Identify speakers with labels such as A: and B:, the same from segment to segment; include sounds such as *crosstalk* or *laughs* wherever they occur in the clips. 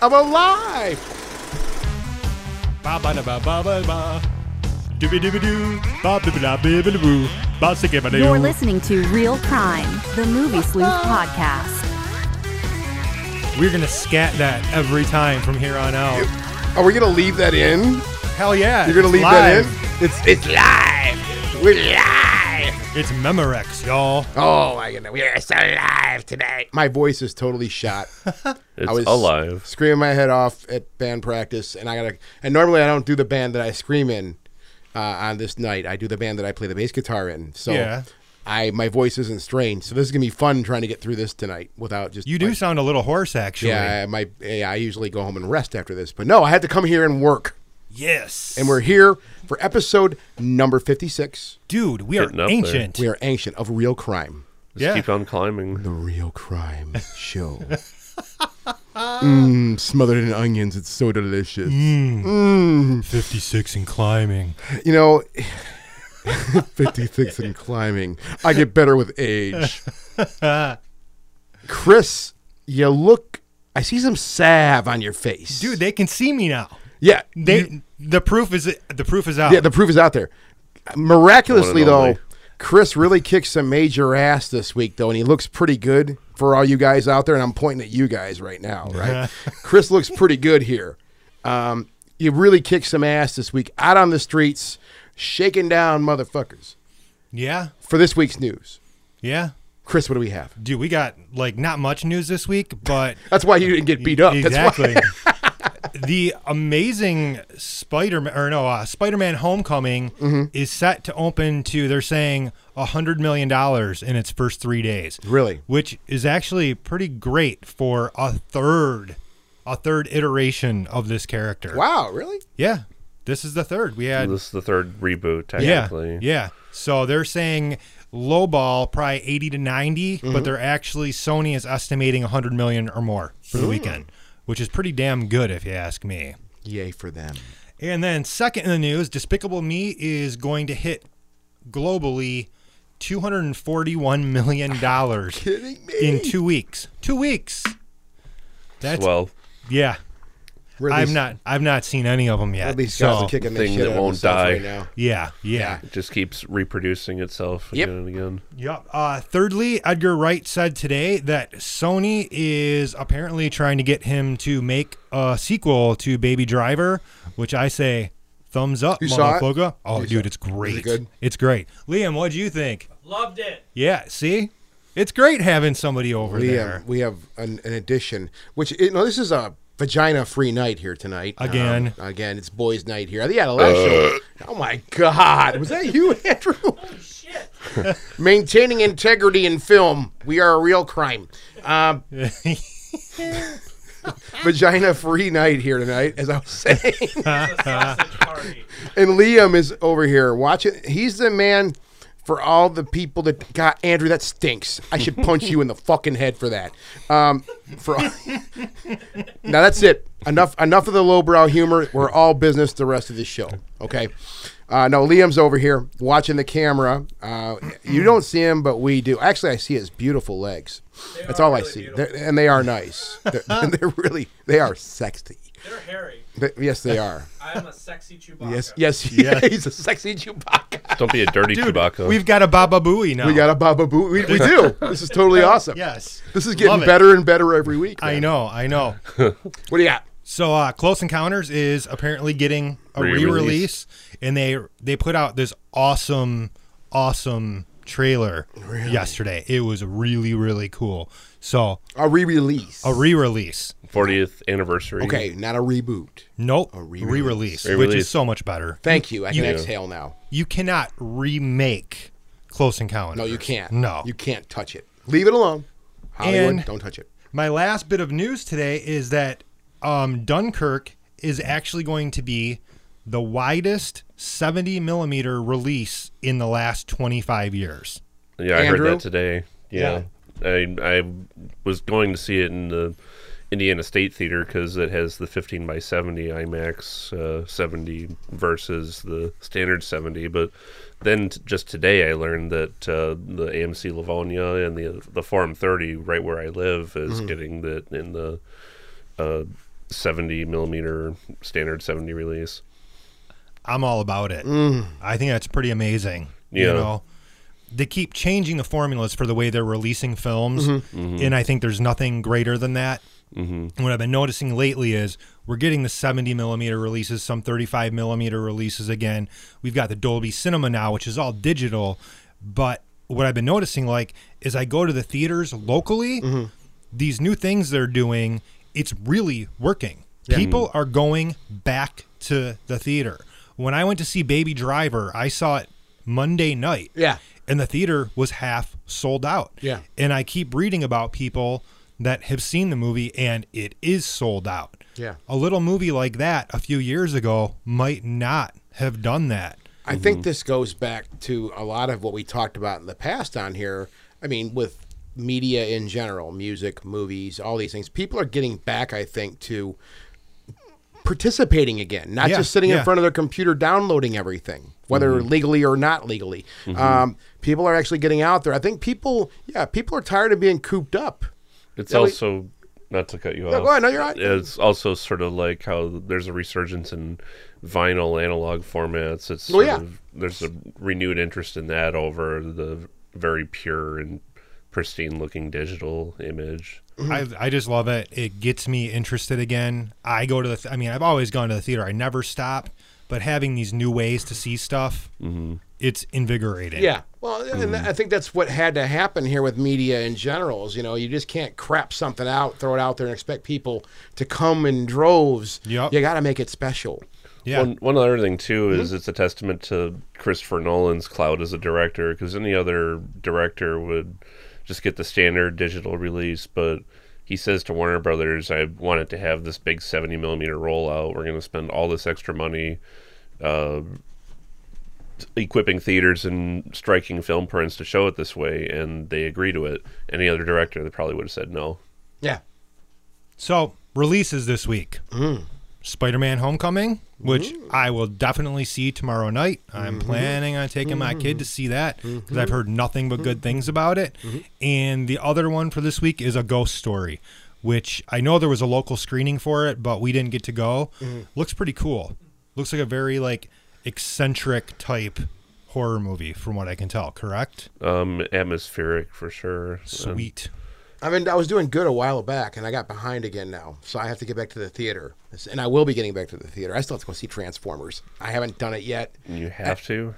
A: I'm alive.
B: Ba ba da ba ba ba ba. Dooby dooby doo. Ba ba ba ba ba boo. Ba sicka ba
C: You're
B: doo.
C: listening to Real Crime, the Movie Sleuth podcast.
B: We're gonna scat that every time from here on out.
A: Are we gonna leave that in?
B: Hell yeah!
A: You're gonna
B: it's
A: leave
B: live.
A: that in? It's it's live. We're live.
B: It's Memorex, y'all.
A: Oh my goodness, we're so live today. My voice is totally *laughs* shot.
D: It's
A: I was
D: alive.
A: Screaming my head off at band practice, and I gotta. And normally I don't do the band that I scream in uh, on this night. I do the band that I play the bass guitar in. So
B: Yeah.
A: I my voice isn't strained. So this is gonna be fun trying to get through this tonight without just
B: You do
A: like-
B: sound a little hoarse, actually.
A: yeah, I- my yeah, I usually go home and rest after this, but no, I had to come here and work,
B: Yes.
A: and we're here for episode number fifty-six.
B: dude. We are
D: Getting up there.
B: ancient.
A: We are ancient of real crime,
D: Just
B: Yeah.
D: keep on climbing.
A: the real crime show. Mmm, smothered in onions, it's so delicious.
B: 56 and climbing.
A: You know, *laughs* 56 and climbing. I get better with age. Chris, you look. I see some salve on your face,
B: Dude, they can see me now.
A: yeah,
B: They
A: you-
B: the proof is the proof is out.
A: yeah, the proof is out there. Miraculously,
D: One and
A: though,
D: only.
A: Chris really kicked some major ass this week, though, and he looks pretty good for all you guys out there. And I'm pointing at you guys right
D: *laughs*
A: now, right? Chris looks pretty good here. Um, you really kicked some ass this week out on the streets, shaking down motherfuckers.
B: yeah.
A: For this week's news,
B: Yeah.
A: Chris, what do we have?
B: Dude, we got like not much news this week, but
A: That's why you didn't get beat up. That's why.
B: Exactly.
A: *laughs*
B: the amazing Spider-Man or no, uh, Spider-Man Homecoming
A: Mm-hmm.
B: is set to open to they're saying a 100 million dollars in its first 3 days.
A: Really?
B: Which is actually pretty great for a third a third iteration of this character.
A: Wow, really?
B: Yeah. This is the third. We had
D: This is the third reboot,
B: yeah,
D: technically.
B: yeah. So they're saying lowball probably 80 to 90, but they're actually Sony is estimating 100 million or more for the weekend, which is pretty damn good if you ask me.
A: Yay for them.
B: And then second in the news, Despicable Me is going to hit globally 241 million dollars
A: Kidding me?
B: in 2 weeks. 2 weeks. That's
D: Well,
B: yeah.
A: Ridley-
B: I've not I've not seen any of them yet.
A: Ridley Scott's
B: So,
A: kicking the
D: Thing
A: shit
D: that
A: out of
D: won't
A: himself
D: die.
A: right now.
B: yeah, yeah.
D: it just keeps reproducing itself
A: Yep.
D: again and again.
B: Yep. Uh, thirdly, Edgar Wright said today that Sony is apparently trying to get him to make a sequel to Baby Driver, which I say thumbs up,
A: You saw it?
B: motherfucker. Oh, dude, it's great.
A: good?
B: It's great. Liam, what'd you think?
E: Loved it.
B: Yeah, see? It's great having somebody over
A: We
B: there.
A: have we have an, an addition, which you know, this is a vagina free night here tonight. Um,
B: Again.
A: again, it's boys' night here. The adolescent. oh my God, was that you, *laughs* Andrew?
E: Shit.
A: *laughs* Maintaining integrity in film. We are a real crime. Um,
B: *laughs*
A: *laughs* vagina free night here tonight, as I
B: *laughs*
A: was saying. Uh-huh.
E: Sausage party.
A: and Liam is over here watching. He's the man for all the people that God, Andrew, that stinks. I should punch you in the fucking head for that. Um, for all, *laughs* now, that's it. Enough, enough of the lowbrow humor. We're all business the rest of the show. Okay. Uh, no, Liam's over here watching the camera. Uh, you don't see him, but we do. Actually, I see his beautiful legs. That's
E: are
A: all I
E: really
A: see,
E: beautiful.
A: They're, and they are nice. They're, *laughs* they're really, they are sexy.
E: They're hairy.
A: They- yes, they are.
E: I'm a sexy Chewbacca.
A: Yes, yes, *laughs* he he's a sexy Chewbacca.
D: Don't be a dirty Chewbacca.
B: We've got a Baba Booey now.
A: We got a Baba Boo. We, we
B: *laughs*
A: do. This is totally awesome.
B: Yes.
A: This is
B: Love
A: getting
B: it.
A: better and better every week.
B: I
A: man.
B: know, I know.
A: What do you got?
B: So uh, Close Encounters is apparently getting a
D: Re-release.
B: re-release, and they they put out this awesome, awesome trailer yesterday. It was really really cool. So
A: A re release.
B: a re-release,
D: 40th anniversary.
A: okay, not a reboot.
B: nope,
A: re-release.
B: re-release, which
D: Re-release.
B: is so much better.
A: Thank you. I can
B: You-
A: exhale now.
B: You cannot remake Close Encounters.
A: No, you can't.
B: No.
A: You can't touch it. Leave it alone. Hollywood,
B: And-
A: don't touch it.
B: My last bit of news today is that um, Dunkirk is actually going to be the widest 70 millimeter release in the last 25 years.
D: Yeah, I
A: Andrew?
D: heard that today. Yeah. I, I was going to see it in the Indiana State Theater because it has the 15 by 70 IMAX uh, 70 versus the standard 70. But then t- just today I learned that uh, the AMC Livonia and the the Forum 30 right where I live is getting that in the uh, 70 millimeter standard 70 release.
B: I'm all about it. I think that's pretty amazing. You
D: Yeah.
B: know, they keep changing the formulas for the way they're releasing films, and I think there's nothing greater than that. Mm-hmm. What I've been noticing lately is we're getting the 70 millimeter releases, some 35 millimeter releases again. We've got the Dolby Cinema now, which is all digital. But what I've been noticing, like, is I go to the theaters locally,
A: Mm-hmm.
B: these new things they're doing, it's really working.
A: Mm-hmm.
B: People are going back to the theater. When I went to see Baby Driver, I saw it Monday night.
A: Yeah.
B: And the theater was half sold out.
A: Yeah.
B: And I keep reading about people that have seen the movie and it is sold out.
A: Yeah.
B: A little movie like that a few years ago might not have done that.
A: I think this goes back to a lot of what we talked about in the past on here. I mean, with media in general, music, movies, all these things, people are getting back, I think, to participating again, not
B: Yeah,
A: just sitting
B: yeah. Mm-hmm.
A: in front of their computer downloading everything, whether legally or not legally. Um, people are actually getting out there. I think people, yeah, people are tired of being cooped up.
D: It's
A: Yeah, we-
D: also not to cut you
A: No,
D: off.
A: go ahead. No, you're right.
D: It's also sort of like how there's a resurgence in vinyl analog formats. It's
A: Well,
D: sort
A: yeah.
D: of, there's a renewed interest in that over the very pure and pristine looking digital image.
A: Mm-hmm.
B: I, I just love it. It gets me interested again. I go to the, th- I mean, I've always gone to the theater. I never stop, but having these new ways to see stuff, it's invigorating.
A: Mm-hmm. Yeah. Well, and I think that's what had to happen here with media in general. Is you know you just can't crap something out, throw it out there, and expect people to come in droves.
B: Yep.
A: You got to make it special.
B: Yeah.
D: One, one other thing too is it's a testament to Christopher Nolan's clout as a director because any other director would just get the standard digital release, but he says to Warner Brothers, "I wanted to have this big seventy millimeter rollout. We're going to spend all this extra money." Uh, equipping theaters and striking film prints to show it this way and they agree to it any other director they probably would have said no
A: Yeah.
B: So releases this week:
A: Mm.
B: Spider-Man: Homecoming, which I will definitely see tomorrow night. I'm
A: Mm-hmm.
B: planning on taking my kid to see that because I've heard nothing but
A: Mm-hmm.
B: good things about it. And the other one for this week is A Ghost Story, which I know there was a local screening for it, but we didn't get to go.
A: Mm-hmm.
B: Looks pretty cool. Looks like a very like eccentric type horror movie, from what I can tell. Correct?
D: um atmospheric for sure Um,
B: Sweet.
A: I mean, I was doing good a while back, and I got behind again now, so I have to get back to the theater, and I will be getting back to the theater. I still have to go see Transformers. I haven't done it yet.
D: you have to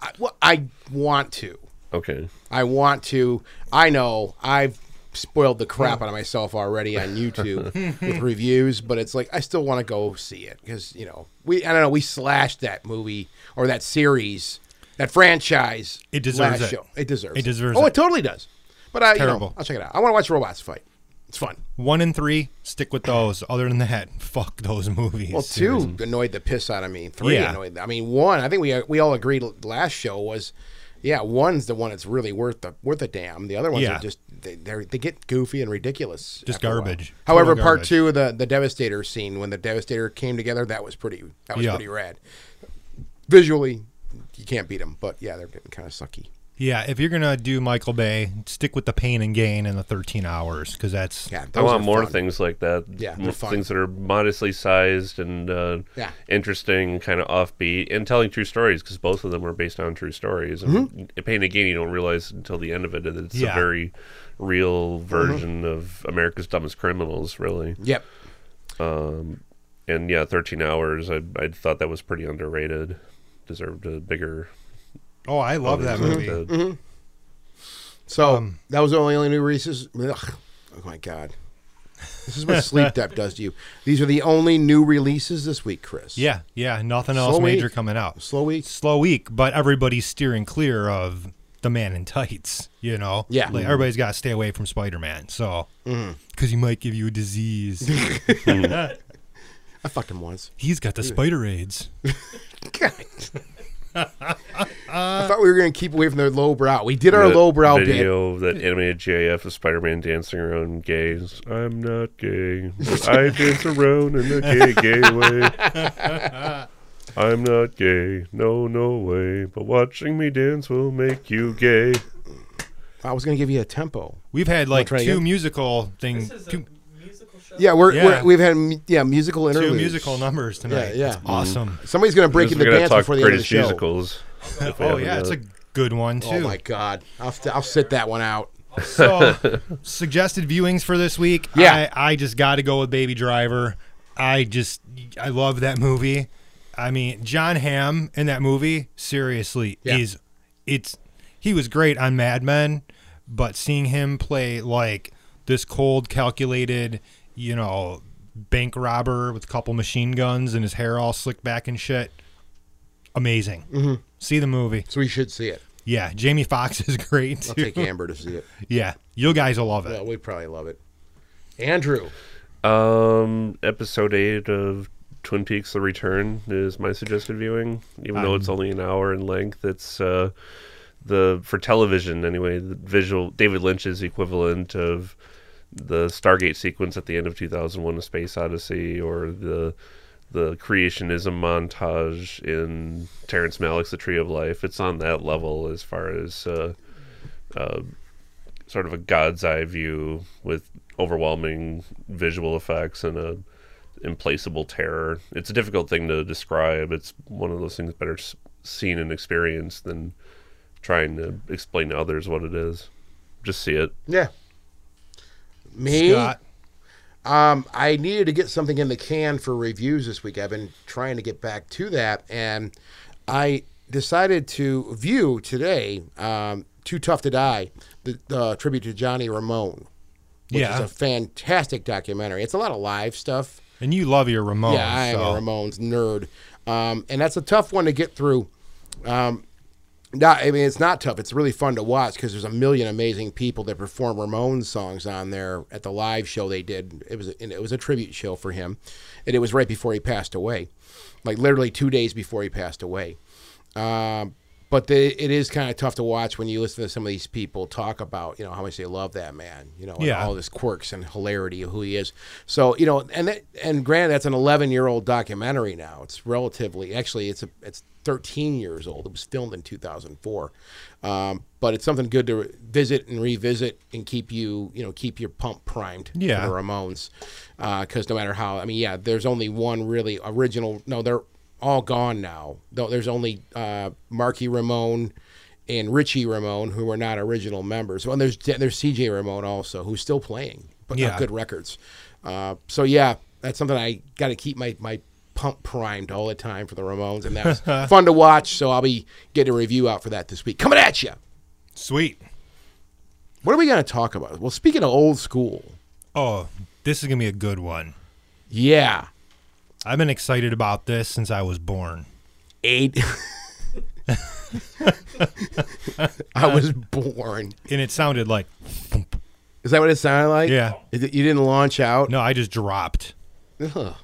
A: I, well, I want to.
D: okay
A: I want to. I know I've spoiled the
B: Hmm.
A: crap out of myself already on
B: *laughs*
A: YouTube with reviews, but it's like I still want to go see it because you know we I don't know we slashed that movie or that series that franchise.
B: It deserves it.
A: It deserves.
B: It deserves
A: Oh, it,
B: it.
A: totally does. But I, you know,
B: terrible.
A: I'll check it out. I want to watch robots fight. It's fun.
B: One and three. Stick with those. Other than that, *laughs* fuck those movies.
A: Well, two annoyed the piss out of me. Three
B: Yeah.
A: annoyed. I mean, one. I think we we all agreed l- last show was, yeah, one's the one that's really worth the worth a damn. The other ones
B: Yeah.
A: are just they they're, they get goofy and ridiculous.
B: Just
A: after a while.
B: garbage.
A: However,
B: Total
A: part
B: garbage.
A: two, the the Devastator scene when the Devastator came together, that was pretty. That was
B: Yeah.
A: pretty rad. Visually, you can't beat them, but yeah, they're getting kind of sucky.
B: Yeah, if you're gonna do Michael Bay, stick with the pain and gain and the 13 hours, because that's
A: Yeah,
D: I
A: those
D: want
A: are
D: more
A: fun.
D: things like that.
A: Yeah, they're
D: More
A: fun.
D: things that are modestly sized and uh,
A: Yeah.
D: interesting, kind of offbeat, and telling true stories because both of them are based on true stories.
A: Mm-hmm.
D: And Pain and Gain, you don't realize until the end of it that it's
B: Yeah.
D: a very real
A: Mm-hmm.
D: version of America's Dumbest Criminals, really.
A: Yep.
D: And yeah, 13 Hours, I, I thought that was pretty underrated. Deserved a bigger.
B: oh, I love that
D: audience
B: movie.
D: with it.
A: So
B: Um,
A: that was the only, only new releases. Ugh. Oh my god, this is
B: *laughs*
A: what sleep debt does to you. These are the only new releases this week, Chris.
B: Yeah, yeah, nothing else
A: Slow
B: major
A: week.
B: coming out.
A: slow week.
B: Slow week, but everybody's steering clear of the Man in Tights. You know,
A: Yeah. Mm-hmm.
B: like everybody's got to stay away from Spider-Man, so because he might give you a disease.
A: *laughs* I fucked him
B: *laughs*
A: once.
B: He's got the spider aids.
A: God. I thought we were gonna keep away from the lowbrow. We did our
D: That
A: lowbrow bit.
D: video that animated JF of Spider-Man dancing around gays. I'm not gay. but I
A: *laughs*
D: dance around in a gay gay way. I'm not gay. No, no way. But watching me dance will make you gay.
A: I was gonna give you a tempo.
B: We've had like
A: try
B: two
A: again?
B: musical
E: This
B: things.
E: is a
B: Two,
E: musical show?
A: Yeah, we're,
B: Yeah.
A: we're we've had mu- yeah musical
B: Two
A: interludes.
B: musical numbers tonight.
A: Yeah, yeah.
B: It's awesome.
A: Somebody's gonna break
D: Because
A: into
D: we're gonna
A: dance
D: talk
A: before the end of the
D: greatest
A: show.
D: musicals. if we
B: Oh
D: haven't
B: yeah, it's a
D: done
B: good one too.
A: Oh my god, I'll I'll sit that one out. *laughs*
B: So, suggested viewings for this week.
A: Yeah.
B: I, I just got to go with Baby Driver. I just, I love that movie. I mean, John Hamm in that movie, seriously,
A: Yeah.
B: is, it's, he was great on Mad Men, but seeing him play like this cold, calculated, you know, bank robber with a couple machine guns and his hair all slicked back and shit, amazing.
A: Mm-hmm.
B: See the movie.
A: So we should see it.
B: Yeah, Jamie Foxx is *laughs* great.
A: I'll
B: too.
A: take Amber to see it.
B: Yeah, you guys will love it.
A: Yeah, we probably love it. Andrew,
D: it. Um, episode eight of Twin Peaks: The Return is my suggested viewing, even though it's only an hour in length. It's uh, the for television anyway. The visual David Lynch's equivalent of the Stargate sequence at the end of 2001: A Space Odyssey, or the the creationism montage in Terrence Malick's The Tree of Life. It's on that level as far as uh, uh, sort of a god's eye view with overwhelming visual effects and a implaceable terror. It's a difficult thing to describe. It's one of those things better s- seen and experienced than trying to explain to others what it is. Just see it.
A: yeah, me.
B: Scott.
A: Um, I needed to get something in the can for reviews this week. I've been trying to get back to that, and I decided to view today um, "Too Tough to Die," the, the tribute to Johnny Ramone, which
B: Yeah.
A: is a fantastic documentary. It's a lot of live stuff.
B: And you love your Ramones.
A: Yeah, I am
B: so-
A: a Ramones nerd, um, and that's a tough one to get through. Um, not, I mean, it's not tough. It's really fun to watch because there's a million amazing people that perform Ramones songs on there at the live show they did. It was and it was a tribute show for him, and it was right before he passed away, like literally two days before he passed away. Um, but the, it is kind of tough to watch when you listen to some of these people talk about, you know, how much they love that man, you know, and
B: Yeah.
A: all his quirks and hilarity of who he is. So, you know, and that, and granted, that's an 11 year old documentary now. It's relatively, actually, it's a, it's 13 years old. It was filmed in 2004. Um, but it's something good to visit and revisit and keep you, you know, keep your pump primed
B: Yeah.
A: for the Ramones, because uh, no matter how, I mean, yeah, there's only one really original. No, they're all gone now. Though there's only uh, Marky Ramone and Richie Ramone who were not original members. Well, and there's there's C.J. Ramone also who's still playing, but
B: Yeah.
A: not good records. Uh, so yeah, that's something I got to keep my my pump primed all the time for the Ramones, and that was fun to watch. So I'll be getting a review out for that this week. Coming at you.
B: Sweet.
A: What are we going to talk about? Well, speaking of old school,
B: Oh, this is going to be a good one.
A: yeah.
B: I've been excited about this since I was born.
A: eight. I was born.
B: And it sounded like,
A: Is that what it sounded like?
B: Yeah.
A: Is it- you didn't launch out.
B: no, I just dropped.
A: Ugh.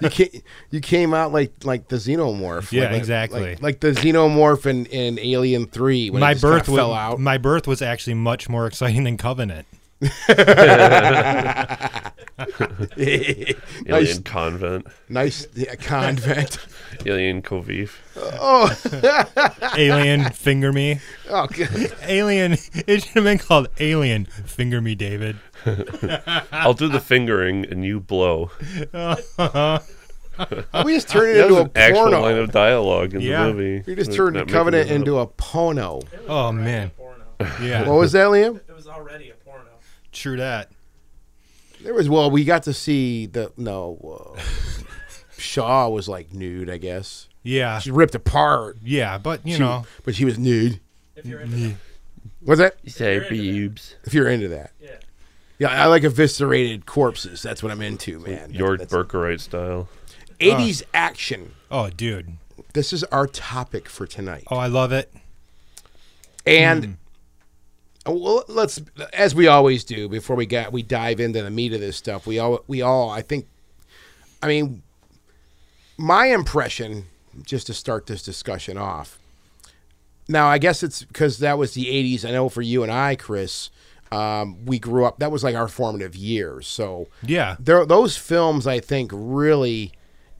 A: you came, you came out like like the xenomorph.
B: Yeah,
A: like- like-
B: exactly.
A: Like, like the xenomorph in, in Alien Three. When
B: my
A: it just kinda
B: birth was,
A: fell out.
B: my birth was actually much more exciting than Covenant.
D: Alien
A: *laughs* nice, *laughs*
D: Convent,
A: nice yeah,
D: *laughs*
A: convent.
D: Alien Covif.
A: *laughs*
B: Alien finger me.
A: oh, good.
B: Alien. *laughs* It should have been called Alien finger me, David.
D: I'll do the fingering and you blow.
A: we just turned it
D: *laughs* That
A: into
D: was
A: a
D: an actual
A: porno.
D: line of dialogue in
B: Yeah.
D: the movie.
A: you just
D: They're
A: turned
D: not making
A: Covenant
D: it up.
A: into a pono.
E: It was
B: Oh,
E: already
B: man.
E: A porno.
B: Yeah,
A: What was that, Liam?
E: It was already a porno.
B: true that.
A: There was well, we got to see the no.
B: *laughs*
A: Uh, Shaw was like nude, I guess.
B: Yeah,
A: She ripped apart,
B: yeah, but you
A: She-
B: know,
A: but she was nude.
E: If you're into that.
A: Was that
D: You say
E: into that.
D: boobs.
A: if you're into that?
E: Yeah.
A: Yeah, I like eviscerated corpses. That's what I'm into, man.
D: York Burkerite style.
A: 80s action.
B: oh, dude,
A: This is our topic for tonight.
B: oh, I love it.
A: And uh, well, let's, as we always do, before we got we dive into the meat of this stuff. We all, we all, I think, I mean, my impression, just to start this discussion off. Now, I guess it's because that was the '80s. I know for you and I, Chris, um, we grew up. That was like our formative years. So
B: Yeah,
A: there, those films, I think, really,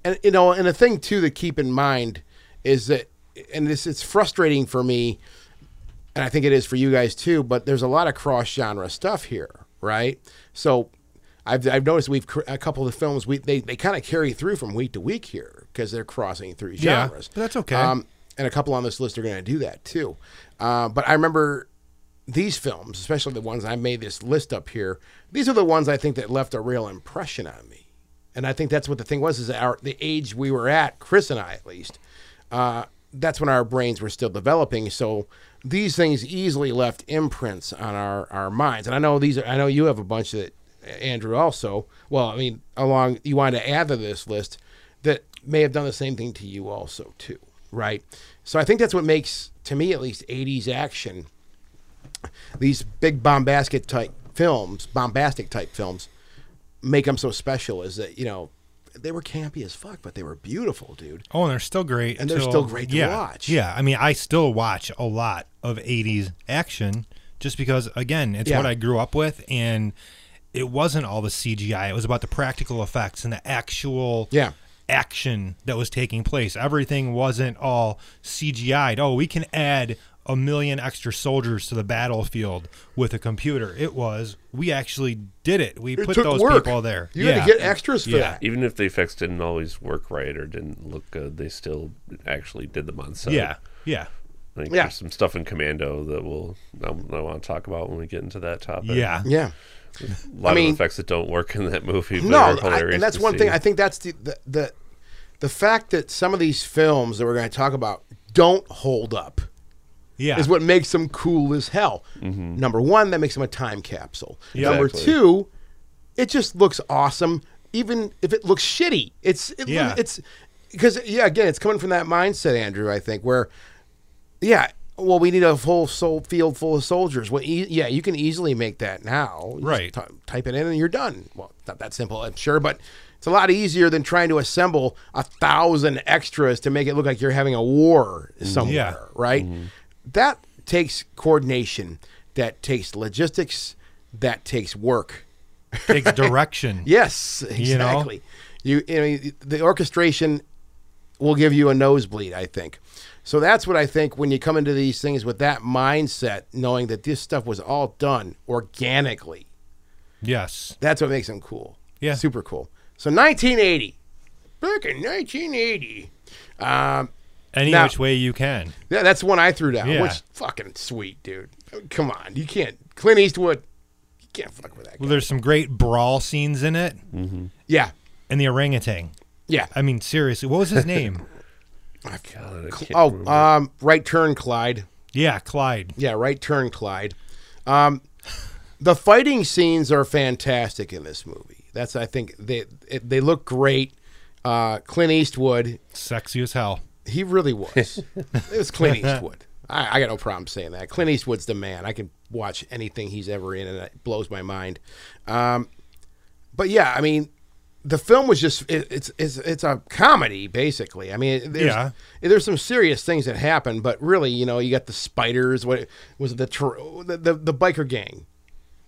A: and you know, and a thing too to keep in mind is that, and this it's frustrating for me, and I think it is for you guys too. But there's a lot of cross genre stuff here, right? So, I've, I've noticed we've cr- a couple of the films we they, they kind of carry through from week to week here because they're crossing through
B: Yeah,
A: genres.
B: but that's okay.
A: Um, and a couple on this list are going to do that too. Uh, but I remember these films, especially the ones I made this list up here. These are the ones I think that left a real impression on me, and I think that's what the thing was: is our the age we were at, Chris and I at least. Uh, that's when our brains were still developing, so these things easily left imprints on our, our minds. And I know these are, I know you have a bunch that Andrew also. Well, I mean, along you wanted to add to this list that may have done the same thing to you also too, right? So I think that's what makes, to me at least, '80s action these big bombastic type films, bombastic type films, make them so special. Is that you know they were campy as fuck, but they were beautiful, dude.
B: Oh, and they're still great.
A: And they're
B: until-
A: still great to
B: yeah,
A: watch.
B: Yeah, I mean, I still watch a lot of '80s action just because, again, it's
A: Yeah.
B: what I grew up with, and it wasn't all the CGI. It was about the practical effects and the actual
A: Yeah.
B: action that was taking place. Everything wasn't all CGI'd. Oh, we can add a million extra soldiers to the battlefield with a computer. It was we actually did it. We
A: It
B: put
A: took
B: those
A: work.
B: people there.
A: You had to get extras for
B: Yeah.
A: that.
D: Even if the effects didn't always work right or didn't look good, they still actually did them on set.
B: Yeah. Yeah.
D: I think
A: Yeah.
D: there's some stuff in Commando that we'll I, I want to talk about when we get into that topic.
B: Yeah.
A: Yeah.
D: a lot
A: mean-
D: of effects that don't work in that movie. But
A: No,
D: are
A: I,
D: hilarious
A: and that's
D: to
A: one thing.
D: see.
A: I think that's the, the the the fact that some of these films that we're going to talk about don't hold up.
B: Yeah. Mm-hmm.
A: is what makes them cool as hell. Number one, that makes them a time capsule.
B: Yeah.
A: Number
D: Exactly.
A: two, it just looks awesome, even if it looks shitty. It's it,
B: Yeah.
A: it's because yeah, again, it's coming from that mindset, Andrew. I think where yeah, well, we need a full soul field full of soldiers. Well, e- yeah, you can easily make that now. You just
B: Right.
A: ty- type it in and you're done. Well, it's not that simple, I'm sure, but it's a lot easier than trying to assemble a thousand extras to make it look like you're having a war somewhere,
B: Mm-hmm. Yeah. Mm-hmm.
A: right? That takes coordination. That takes logistics. That takes work.
B: takes direction.
A: Yes,
B: You know?
A: exactly. You, I mean, the orchestration will give you a nosebleed, I think. So that's what I think when you come into these things with that mindset, knowing that this stuff was all done organically.
B: Yes.
A: That's what makes them cool.
B: Yeah.
A: super cool. So 1980, back in 1980. Um,
B: Any
A: Now-
B: which way you can.
A: yeah, that's the one I threw down.
B: Yeah.
A: Which fucking sweet, dude. I mean, Come on, you can't. Clint Eastwood, you can't fuck with that. Guy.
B: Well, there's some great brawl scenes in it,
A: Yeah,
B: and the orangutan.
A: yeah.
B: I mean, seriously, what was his name?
D: God, I can't
A: Oh,
D: remember.
A: um, right turn, Clyde.
B: yeah, Clyde.
A: Yeah, right turn, Clyde. Um, the fighting scenes are fantastic in this movie. That's I think they it, they look great. Uh, Clint Eastwood,
B: Sexy as hell.
A: he really was. it was Clint Eastwood. I, I got no problem saying that. Clint Eastwood's the man. I can watch anything he's ever in, and it blows my mind. Um, but yeah, I mean, the film was just it, it's it's it's a comedy basically. I mean, there's,
B: Yeah.
A: there's some serious things that happen, but really, you know, you got the spiders. What was it? The tr- the, the the biker gang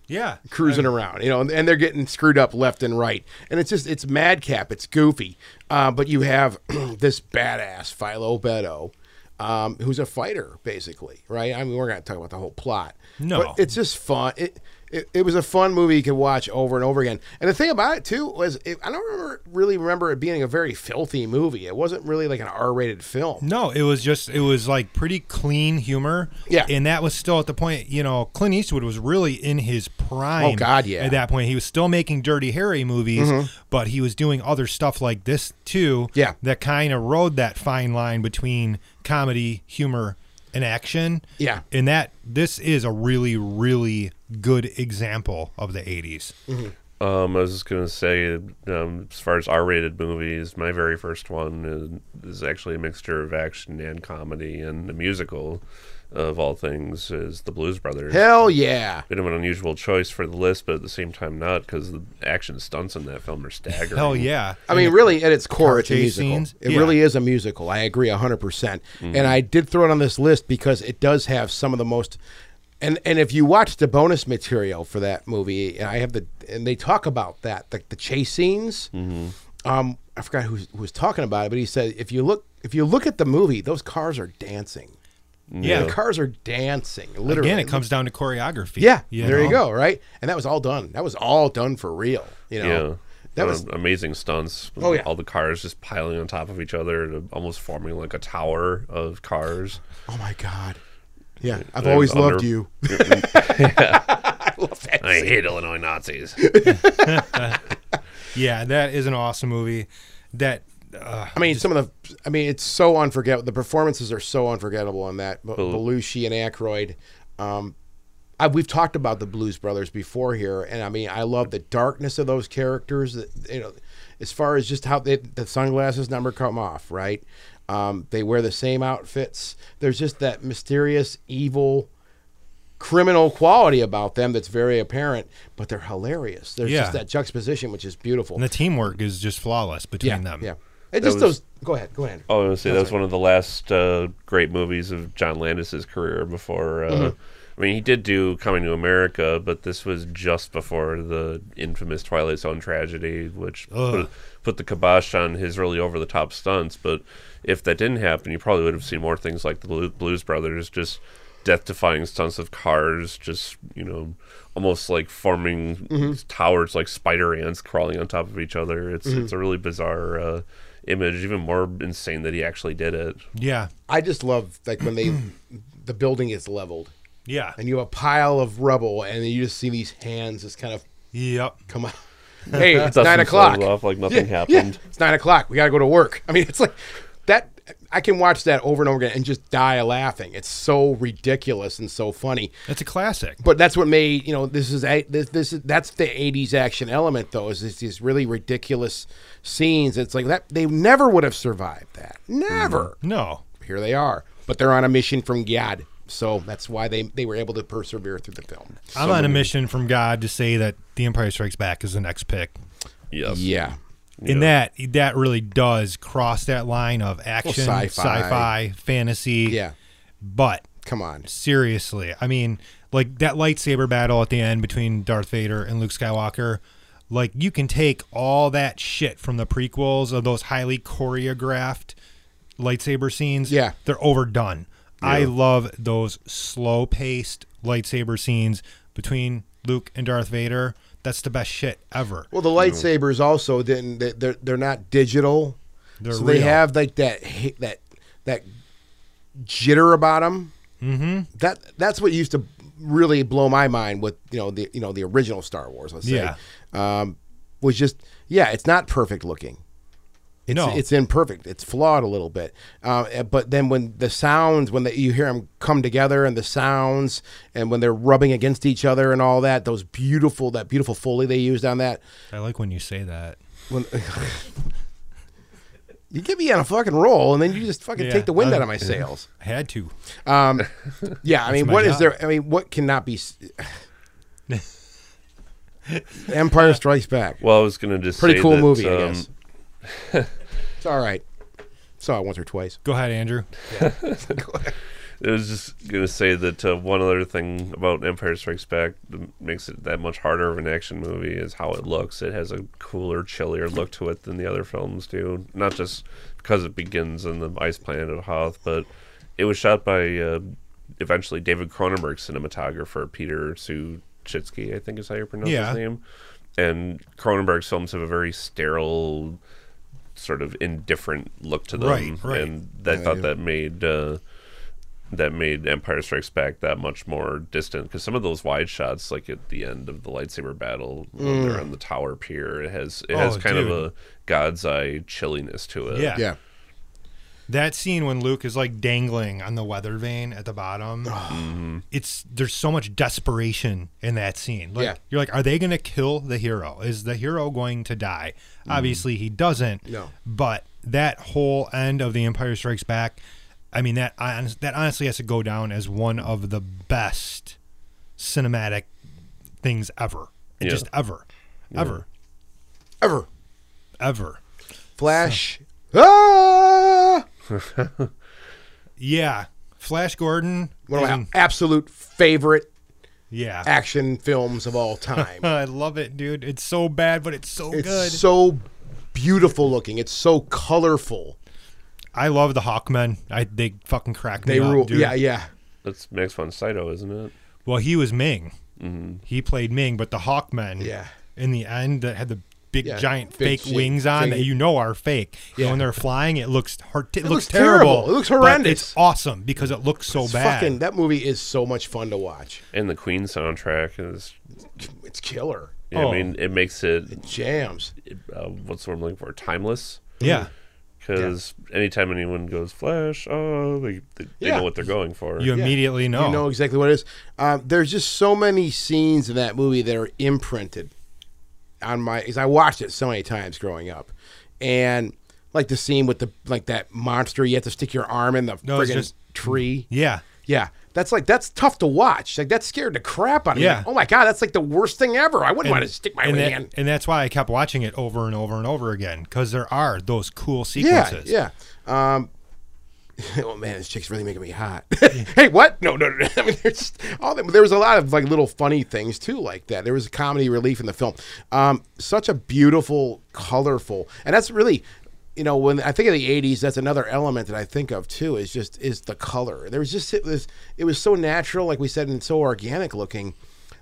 B: Yeah.
A: cruising around, you know, and, and they're getting screwed up left and right. And it's just, it's madcap, it's goofy. Uh, but you have *clears throat* this badass Philo Beto, um, who's a fighter, basically, right? I mean, we're going to talk about the whole plot.
B: No.
A: But it's just fun. It, it, it was a fun movie you could watch over and over again. And the thing about it, too, was it, I don't remember, really remember it being a very filthy movie. It wasn't really like an R rated film.
B: No, it was just it was like pretty clean humor.
A: Yeah.
B: and that was still at the point. You know, Clint Eastwood was really in his prime.
A: Oh, God, yeah. Mm-hmm.
B: At that point, he was still making Dirty Harry movies, but he was doing other stuff like this too.
A: Yeah.
B: that kind of rode that fine line between comedy, humor, and action.
A: Yeah.
B: and that this is a really, really good example of the '80s.
A: Mm-hmm.
D: Um, I was just gonna say, um, as far as R-rated movies, my very first one is, is actually a mixture of action and comedy, and a musical, of all things, is The Blues Brothers.
A: Hell yeah.
D: Bit of an unusual choice for the list, but at the same time not, because the action stunts in that film are staggering.
B: Hell yeah!
A: I mean, really, at its core, it's a
B: chase
A: musical.
B: scenes?
A: It
B: Yeah.
A: really is a musical. I agree 100%. percent And I did throw it on this list because it does have some of the most. And, and if you watch the bonus material for that movie, and I have the and they talk about that, like the chase scenes.
B: Mm-hmm.
A: Um, I forgot who was, who was talking about it, but he said if you look if you look at the movie, those cars are dancing.
B: Yeah.
A: The cars are dancing, literally.
B: Again, it comes down to choreography.
A: Yeah, there you
B: know?
A: go. Right, and that was all done. That was all done for real. You know,
D: Yeah.
A: that
D: Uh,
B: Um,
A: was
D: amazing stunts.
A: Oh, yeah.
D: All the cars just piling on top of each other and almost forming like a tower of cars.
A: Oh my god. Yeah, I've
D: They're
A: always
D: under-
A: loved *laughs* you.
D: I hate Illinois Nazis.
B: Yeah, that is an awesome movie. That uh,
A: I mean, some of the. I mean, it's so unforgettable. The performances are so unforgettable on that. But Belushi and Aykroyd. Um, I, we've talked about the Blues Brothers before here, and I mean, I love the darkness of those characters. That you know, as far as just how they, the sunglasses never come off, right? Um, they wear the same outfits. There's just that mysterious evil. criminal quality about them that's very apparent but they're hilarious there's
B: Yeah.
A: just that juxtaposition which is beautiful
B: and the teamwork is just flawless
A: yeah,
B: between them.
A: Yeah. It just
D: was-
A: those. Go ahead. Go ahead.
D: Oh, I was gonna say that was one of the last uh, great movies of John Landis's career before. Uh, I mean, he did do Coming to America, but this was just before the infamous Twilight Zone tragedy, which put, put the kibosh on his really over-the-top stunts. But if that didn't happen, you probably would have seen more things like the Blu- Blues Brothers, just death-defying stunts of cars, just you know, almost like forming
A: Mm-hmm.
D: towers like spider ants crawling on top of each other. It's it's a really bizarre. Uh, image, even more insane that he actually did it.
B: Yeah.
A: I just love like when they, *clears throat* the building is leveled,
B: Yeah.
A: and you have a pile of rubble, and you just see these hands just kind of
B: Yep.
A: come out. *laughs* Hey, it's
D: Dust
A: nine
D: themselves
A: o'clock.
D: Off like nothing
A: Yeah, yeah,
D: happened.
A: it's nine o'clock. We got to go to work. I mean, it's like that. I can watch that over and over again and just die laughing. It's so ridiculous and so funny.
B: It's a classic.
A: But that's what made you know this is a- this this is that's the '80s action element though is it's these really ridiculous scenes. It's like that they never would have survived that. Never.
B: No.
A: Here they are, but they're on a mission from God, so that's why they they were able to persevere through the film.
B: I'm on a mission from God to say that The Empire Strikes Back is the next pick.
D: Yes.
A: Yeah.
B: And that that really does cross that line of action,
A: sci-fi.
B: sci-fi, fantasy.
A: Yeah.
B: But
A: Come on.
B: seriously, I mean, like that lightsaber battle at the end between Darth Vader and Luke Skywalker, like you can take all that shit from the prequels of those highly choreographed lightsaber scenes.
A: Yeah.
B: They're overdone. I love those slow paced lightsaber scenes between Luke and Darth Vader. That's the best shit ever.
A: Well, the lightsabers also didn't. they- They're they're not digital,
B: They're
A: so they
B: real.
A: have like that ha- that that jitter about them. Mm-hmm. That that's what used to really blow my mind with you know the you know the original Star Wars. Let's
B: Yeah.
A: say um, was just yeah, it's not perfect looking. It's,
B: No.
A: it's imperfect. It's flawed a little bit. Uh, but then when the sounds, when the, you hear them come together, and the sounds, and when they're rubbing against each other, and all that, those beautiful, that beautiful foley they used on that,
B: I like when you say that.
A: when *laughs* you get me on a fucking roll, and then you just fucking
B: Yeah,
A: take the wind
B: I'm-
A: out of my sails.
B: I had to.
A: Yeah, I mean,
B: my
A: what is
B: job.
A: there? I mean, what cannot be? s- Empire Strikes Back.
D: Well, I was gonna just
A: Pretty
D: say
A: cool
D: that,
A: movie, I
D: um,
A: guess.
D: *laughs*
A: it's all right. Saw it once or twice.
B: Go ahead, Andrew.
D: I was just gonna say that uh, one other thing about Empire Strikes Back that makes it that much harder of an action movie is how it looks. It has a cooler, chillier look to it than the other films do. Not just because it begins on the ice planet of Hoth, but it was shot by uh, eventually David Cronenberg's cinematographer Peter Suchitsky, I think is how you pronounce
B: Yeah.
D: his name. And Cronenberg's films have a very sterile, sort of indifferent look to them,
B: Right, right.
D: and I
A: they
D: thought
A: do.
D: that made. Uh, that made Empire Strikes Back that much more distant because some of those wide shots, like at the end of the lightsaber battle, when they're on the tower pier, it has it has
B: Mm. Oh,
D: kind of
B: dude.
D: a God's eye chilliness to it.
B: Yeah.
A: Yeah.
B: That scene when Luke is like dangling on the weather vane at the bottom, it's there's so much desperation in that scene. Like
A: Yeah.
B: you're like, are they gonna kill the hero? Is the hero going to die? Obviously he doesn't.
A: Mm-hmm. No.
B: But that whole end of The Empire Strikes Back, I mean that honest, that honestly has to go down as one of the best cinematic things ever. It
D: Yeah.
B: Just ever, ever,
A: Ever.
B: ever.
A: Flash. Ah!
B: Yeah. Flash Gordon.
A: One of
B: is
A: my
B: an-
A: absolute favorite
B: yeah.
A: action films of all
B: *laughs*
A: time.
B: I love it, dude. It's so bad, but it's so
A: it's
B: good.
A: so beautiful looking. It's so colorful.
B: I love the Hawkmen. I they fucking crack me
A: They
B: up,
A: rule.
B: dude.
A: Yeah, yeah.
D: That's Max von Sydow, isn't it?
B: Well, he was Ming.
A: Mm-hmm.
B: He played Ming, but the Hawkmen.
A: Yeah.
B: In the end, that had the big
A: Yeah,
B: giant
A: big
B: fake
A: shit
B: wings on
A: thing.
B: that you know are fake. And
A: Yeah.
B: when they're flying, it looks hor- it, looks,
A: looks
B: terrible.
A: terrible. It looks
B: but
A: horrendous.
B: it's awesome because it looks so
A: It's
B: bad.
A: Fucking that movie is so much fun to watch.
D: And the Queen soundtrack is.
A: It's killer.
B: Oh.
D: I mean, it makes it.
A: Jams.
D: Uh, what's the word I'm looking for? Timeless.
B: yeah.
D: Because anytime anyone goes Flash, oh, they, they, they
A: Yeah.
D: know what they're going for.
B: You immediately know.
A: You know exactly what it is. Um, there's just so many scenes in that movie that are imprinted on my. Because I watched it so many times growing up, and like the scene with the like that monster, you have to stick your arm in the
B: No, it's
A: friggin'
B: just-
A: tree.
B: yeah.
A: Yeah, that's like that's tough to watch. Like that scared the crap out of
B: Yeah.
A: me. Oh my god, that's like the worst thing ever. I wouldn't want to stick my
B: and that-
A: hand.
B: and that's why I kept watching it over and over and over again because there are those cool
A: Yeah,
B: sequences.
A: yeah. Um, *laughs* oh man, this chick's really making me hot. *laughs* hey, what? No, no, *laughs* no. no. I mean, there's all that, there was a lot of like little funny things too, like that. There was comedy relief in the film. Um, such a beautiful, colorful, and that's really. You know, when I think of the '80s, that's another element that I think of too. Is just is the color. There was just it was it was so natural, like we said, and so organic looking.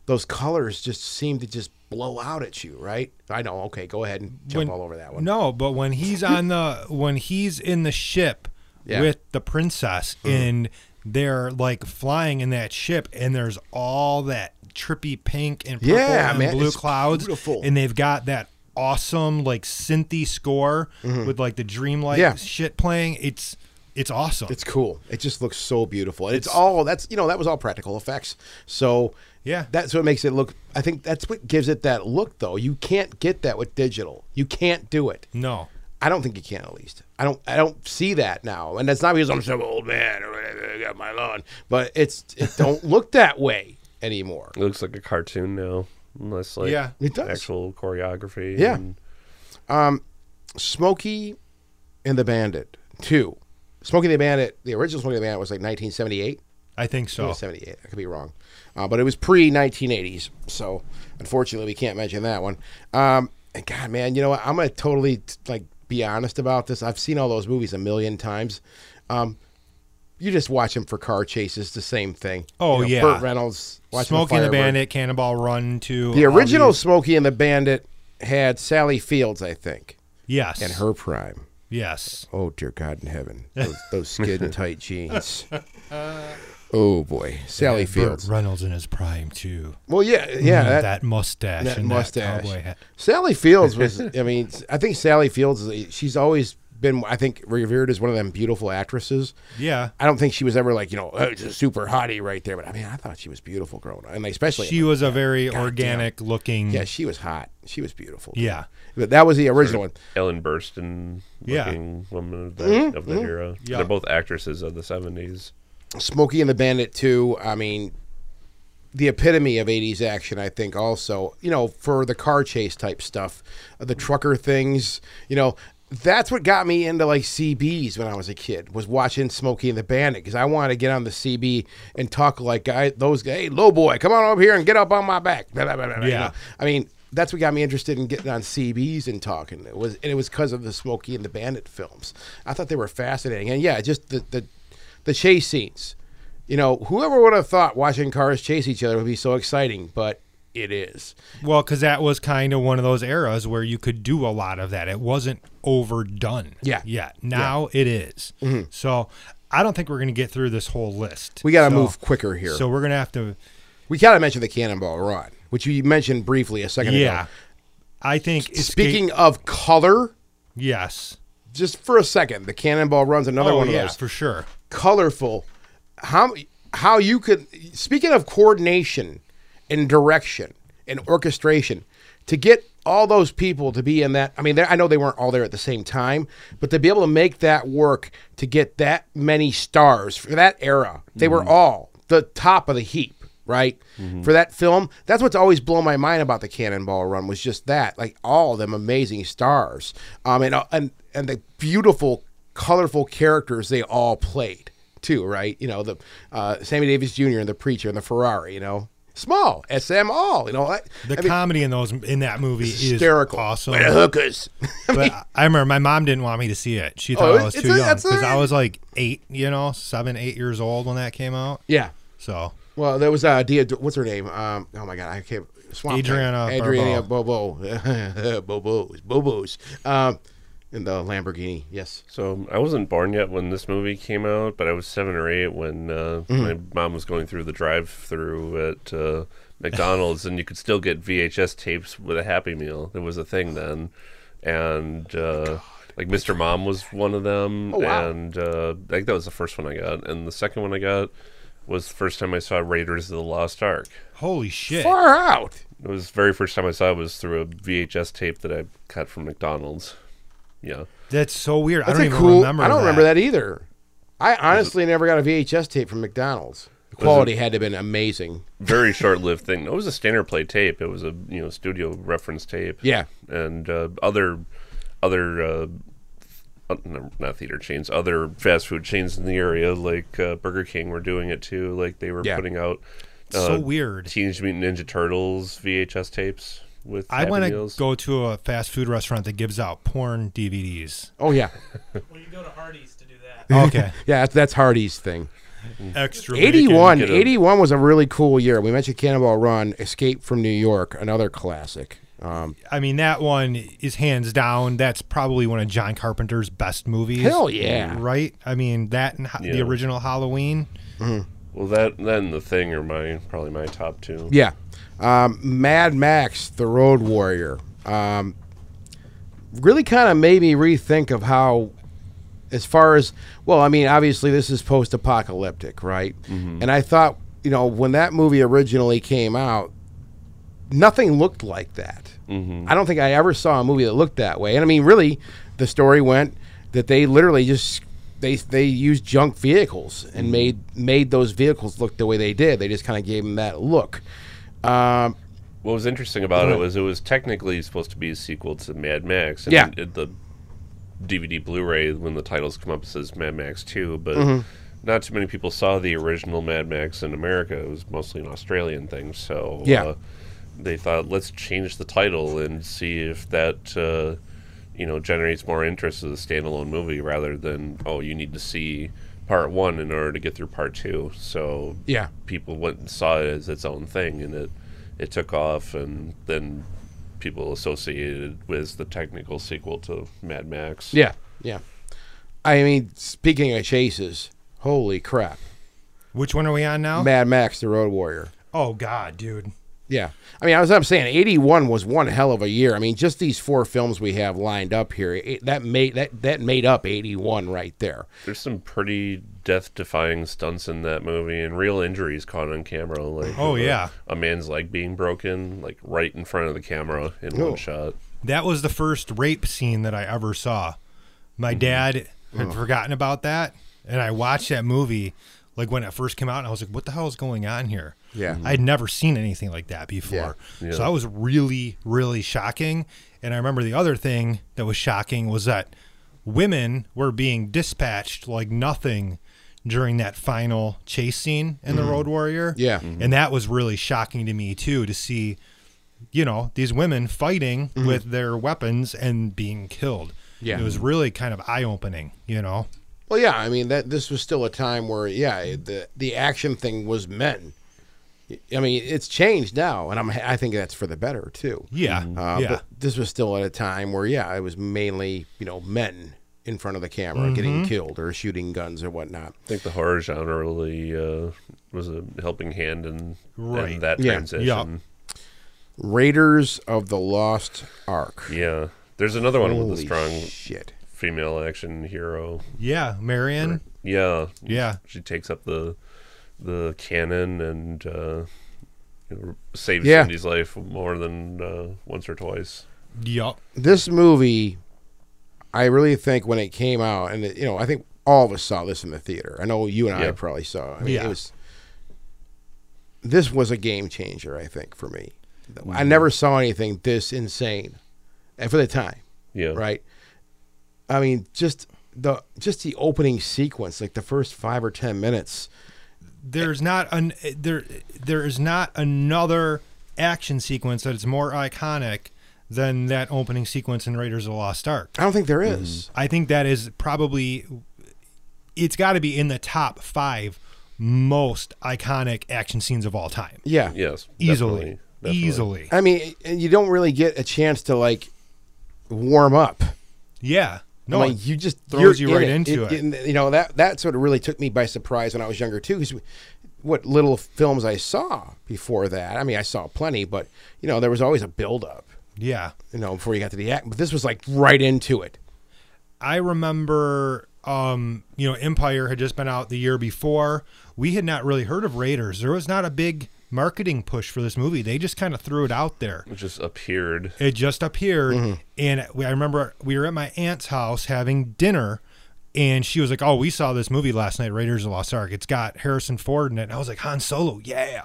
A: Those colors just seem to just blow out at you, right? I know. Okay, go ahead and jump all over that one.
B: No, but when he's on the when he's in the ship
A: Yeah. Mm-hmm.
B: with the princess and they're like flying in that ship and there's all that trippy pink and purple
A: Yeah,
B: and
A: man,
B: blue
A: it's
B: clouds
A: beautiful.
B: and they've got that awesome like synthy score with like the dreamlike
A: Mm-hmm. Yeah.
B: shit playing. It's it's awesome.
A: It's cool. It just looks so beautiful. And it's, all that's you know that was all practical effects. So
B: Yeah.
A: that's what makes it look. I think that's what gives it that look though. You can't get that with digital. You can't do it.
B: no.
A: I don't think you can at least. I don't. I don't see that now. And that's not because I'm some old man or whatever. I got my lawn, but it's it don't look that way anymore.
D: It looks like a cartoon now, unless like
B: Yeah.
A: It does.
D: actual choreography.
A: Yeah.
D: and-
A: Smokey and the Bandit two. Smokey and the Bandit. The original Smokey and the Bandit was like 1978.
B: I think so.
A: 78. I could be wrong, uh, but it was pre 1980s. So unfortunately, we can't mention that one. Um, and God, man, you know what? I'm gonna totally t- like be honest about this. I've seen all those movies a million times. Um, you just watch them for car chases. The same thing.
B: Oh,
A: You
B: yeah.
A: Burt Reynolds. watching
B: Smokey and the
A: Firebird.
B: Bandit, Cannonball Run to um,
A: The
B: all
A: original
B: these-
A: Smokey and the Bandit had Sally Fields, I think,
B: Yes.
A: in her prime.
B: Yes.
A: Oh dear God in heaven, those,
B: *laughs*
A: those skin tight jeans. Oh boy, Sally Fields.
B: Burt Reynolds in his prime too.
A: Well, yeah, yeah.
B: Mm-hmm. that,
A: that-
B: mustache
A: that
B: and
A: mustache.
B: that cowboy hat.
A: Sally Fields
B: *laughs*
A: was. I mean, I think Sally Fields. is- She's always been. I think revered as one of them beautiful actresses.
B: Yeah.
A: I don't think she was ever like you know oh, just super hottie right there, but I mean I thought she was beautiful growing up, and like, especially
B: She was a very organic looking.
A: yeah she was hot, she was beautiful.
B: Yeah.
A: but that was the original one.
D: Ellen Burstyn
B: Yeah.
D: looking woman of that,
A: Mm-hmm,
D: of that era.
B: Yeah.
D: They're both actresses of the 70s.
A: Smokey and the Bandit 2, I mean, the epitome of 80s action, I think, also, you know, for the car chase type stuff, uh, the trucker things, you know. That's what got me into like CBs when I was a kid was watching Smokey and the Bandit because I wanted to get on the CB and talk like guy those guys. Hey, low boy, come on over here and get up on my back. Blah, blah, blah, blah, blah, you
B: Yeah.
A: know. I mean that's what got me interested in getting on CBs and talking. It was and it was because of the Smokey and the Bandit films. I thought they were fascinating, and yeah, just the the, the chase scenes. You know, whoever would have thought watching cars chase each other would be so exciting, but it is.
B: Well, because that was kind of one of those eras where you could do a lot of that. It wasn't overdone.
A: Yeah. Mm-hmm.
B: Yet. Now it is. So I don't think we're going to get through this whole list.
A: We got to
B: So-
A: move quicker here.
B: So we're going to have to.
A: we got to mention the Cannonball Run, which you mentioned briefly a second
B: Yeah.
A: ago.
B: I think. it's
A: Speaking of color,
B: Yes.
A: just for a second, the Cannonball Run's another
B: Oh,
A: one of
B: yeah,
A: those.
B: for sure.
A: colorful. How how you could speaking of coordination and direction and orchestration to get all those people to be in that. I mean, there- I know they weren't all there at the same time, but to be able to make that work to get that many stars for that era, they were all the top of the heap right?
B: Mm-hmm.
A: For that film, that's what's always blown my mind about the Cannonball Run was just that, like all them amazing stars, um, and and and the beautiful, colorful characters they all played too, right? You know, the uh, Sammy Davis Jr. and the preacher and the Ferrari, you know. small, SM all. You know, I,
B: The
A: I mean,
B: comedy in those in that movie is
A: hysterical.
B: awesome.
A: Way to hookers.
B: but
A: *laughs*
B: I remember my mom didn't want me to see it. She thought
A: Oh,
B: I was
A: it's
B: too
A: a-
B: young
A: that's a-
B: because I was like eight, you know, seven, eight years old when that came out.
A: yeah.
B: So
A: Well, there was uh, Dia. What's her name? Um, oh my god, I can't. Swamp Thing.
B: Adriana
A: Adriana Bobo. *laughs* Bobos. Bobos. Um, in the Lamborghini. Yes.
D: So um, I wasn't born yet when this movie came out, but I was seven or eight when uh,
A: Mm-hmm.
D: my mom was going through the drive-through at uh, McDonald's, and you could still get VHS tapes with a Happy Meal. There was a thing then, and
B: Oh,
D: uh, like Mr. Mom was one of them,
A: Oh, wow.
D: and uh, I think that was the first one I got, and the second one I got was the first time I saw Raiders of the Lost Ark.
B: holy shit,
A: Far out.
D: It was the very first time I saw it was through a VHS tape that I cut from McDonald's. Yeah.
B: that's so weird.
A: That's
B: I don't
A: a
B: even
A: cool.
B: remember.
A: I don't remember that either. I honestly never got a VHS tape from McDonald's. The quality had to have been amazing.
D: very short-lived thing. It was a standard play tape. It was a you know studio reference tape.
A: Yeah.
D: and uh, other other uh, uh, no, not theater chains, other fast food chains in the area like uh, Burger King were doing it too. Like they were
A: Yeah.
D: putting out
B: It's so weird.
D: Teenage Mutant Ninja Turtles VHS tapes with
B: I
D: want
B: to go to a fast food restaurant that gives out porn
A: *laughs*
B: DVDs.
A: Oh yeah,
E: Well, you go to Hardee's to do that.
B: Okay,
A: yeah. That's, that's Hardy's thing.
B: extra.
A: 81.
D: Get a-
A: 81 was a really cool year. We mentioned Cannonball Run, Escape from New York, another classic. Um,
B: I mean, that one is hands down. That's probably one of John Carpenter's best movies.
A: Hell yeah.
B: Right? I mean, that and ho- the
D: Yeah.
B: original Halloween.
D: Well, that then the thing are my probably my top two.
A: yeah. Um, Mad Max, The Road Warrior. Um, really kind of made me rethink of how, as far as, well, I mean, obviously this is post apocalyptic, right? And I thought, you know, when that movie originally came out, nothing looked like that. I don't think I ever saw a movie that looked that way. And I mean, really, the story went that they literally just they they used junk vehicles and made made those vehicles look the way they did. They just kind of gave them that look. Um,
D: What was interesting about it was it was technically supposed to be a sequel to Mad Max. And
A: Yeah.
D: it- the DVD Blu-ray when the titles come up it says Mad Max Two, but
A: Mm-hmm.
D: not too many people saw the original Mad Max in America. It was mostly an Australian thing, so
A: Yeah.
D: uh, they thought let's change the title and see if that. Uh, you know, generates more interest as a standalone movie rather than oh, you need to see part one in order to get through part two. So
A: Yeah.
D: people went and saw it as its own thing, and it it took off, and then people associated it with the technical sequel to Mad Max.
A: yeah, yeah. I mean, speaking of chases, holy crap!
B: Which one are we on now?
A: Mad Max: The Road Warrior.
B: Oh, God, dude.
A: Yeah. I mean, as I'm saying, 81 was one hell of a year. I mean, just these four films we have lined up here, it, that made that that made up 81 right there.
D: There's some pretty death-defying stunts in that movie, and real injuries caught on camera. Like
B: Oh,
D: a-
B: yeah.
D: a man's leg being broken, like right in front of the camera in
A: Oh.
D: one shot.
B: That was the first rape scene that I ever saw. My dad had forgotten about that, and I watched that movie like when it first came out, and I was like, "What the hell is going on here?"
A: Yeah.
B: I had never seen anything like that before,
D: Yeah.
B: so that was really, really shocking. And I remember the other thing that was shocking was that women were being dispatched like nothing during that final chase scene in the Road Warrior.
A: Yeah. Mhm.
B: and that was really shocking to me too to see you know, these women fighting with their weapons and being killed.
A: Mm-hmm. Yeah.
B: It was really kind of eye opening, you know?
A: Well, yeah, I mean that this was still a time where yeah, the the action thing was men. I mean, it's changed now, and I'm I think that's for the better too.
B: Yeah.
A: Uh,
B: yeah.
A: But this was still at a time where yeah, it was mainly you know men in front of the camera
B: Mm-hmm.
A: getting killed or shooting guns or whatnot.
D: I think the horror genre really uh, was a helping hand in, in
B: Right.
D: that
A: Yeah.
D: transition.
A: Raiders of the Lost Ark.
D: Yeah. There's another one with a
A: Holy
D: strong
A: shit.
D: female action hero.
B: yeah. Marion.
D: Yeah.
B: Yeah.
D: She takes up the the cannon and uh, you know, saves
A: Yeah.
D: somebody's life more than uh, once or twice.
B: Yup.
A: this movie, I really think when it came out, and it, you know, I think all of us saw this in the theater. I know you and I
D: Yeah.
A: probably saw. it. I mean,
B: Yeah.
A: it was. This was a game changer, I think, for me.
B: Mm-hmm.
A: I never saw anything this insane, and for the time,
D: Yeah.
A: right? I mean, just the just the opening sequence, like the first five or ten minutes,
B: there's not an there there is not another action sequence that is more iconic than that opening sequence in Raiders of the Lost Ark.
A: I don't think there is.
B: I think that is probably it's got to be in the top 5 most iconic action scenes of all time.
A: Yeah.
D: Yes.
B: Easily.
D: definitely, definitely.
B: Easily.
A: I mean, you don't really get a chance to like warm up.
B: Yeah. No.
A: like you just
B: throws
A: you're
B: you
A: in
B: right into it.
A: and, you know that that sort of really took me by surprise when I was younger too. Because what little films I saw before that, I mean, I saw plenty, but you know there was always a build up,
B: yeah.
A: you know, before you got to the act. But this was like right into it.
B: I remember, um, you know, Empire had just been out the year before. We had not really heard of Raiders. There was not a big marketing push for this movie. They just kind of threw it out there.
D: It just appeared.
B: It just appeared,
A: Mm-hmm.
B: and we, I remember we were at my aunt's house having dinner, and she was like, "Oh, we saw this movie last night, Raiders of the Lost Ark. It's got Harrison Ford in it." And I was like, "Han Solo, yeah!"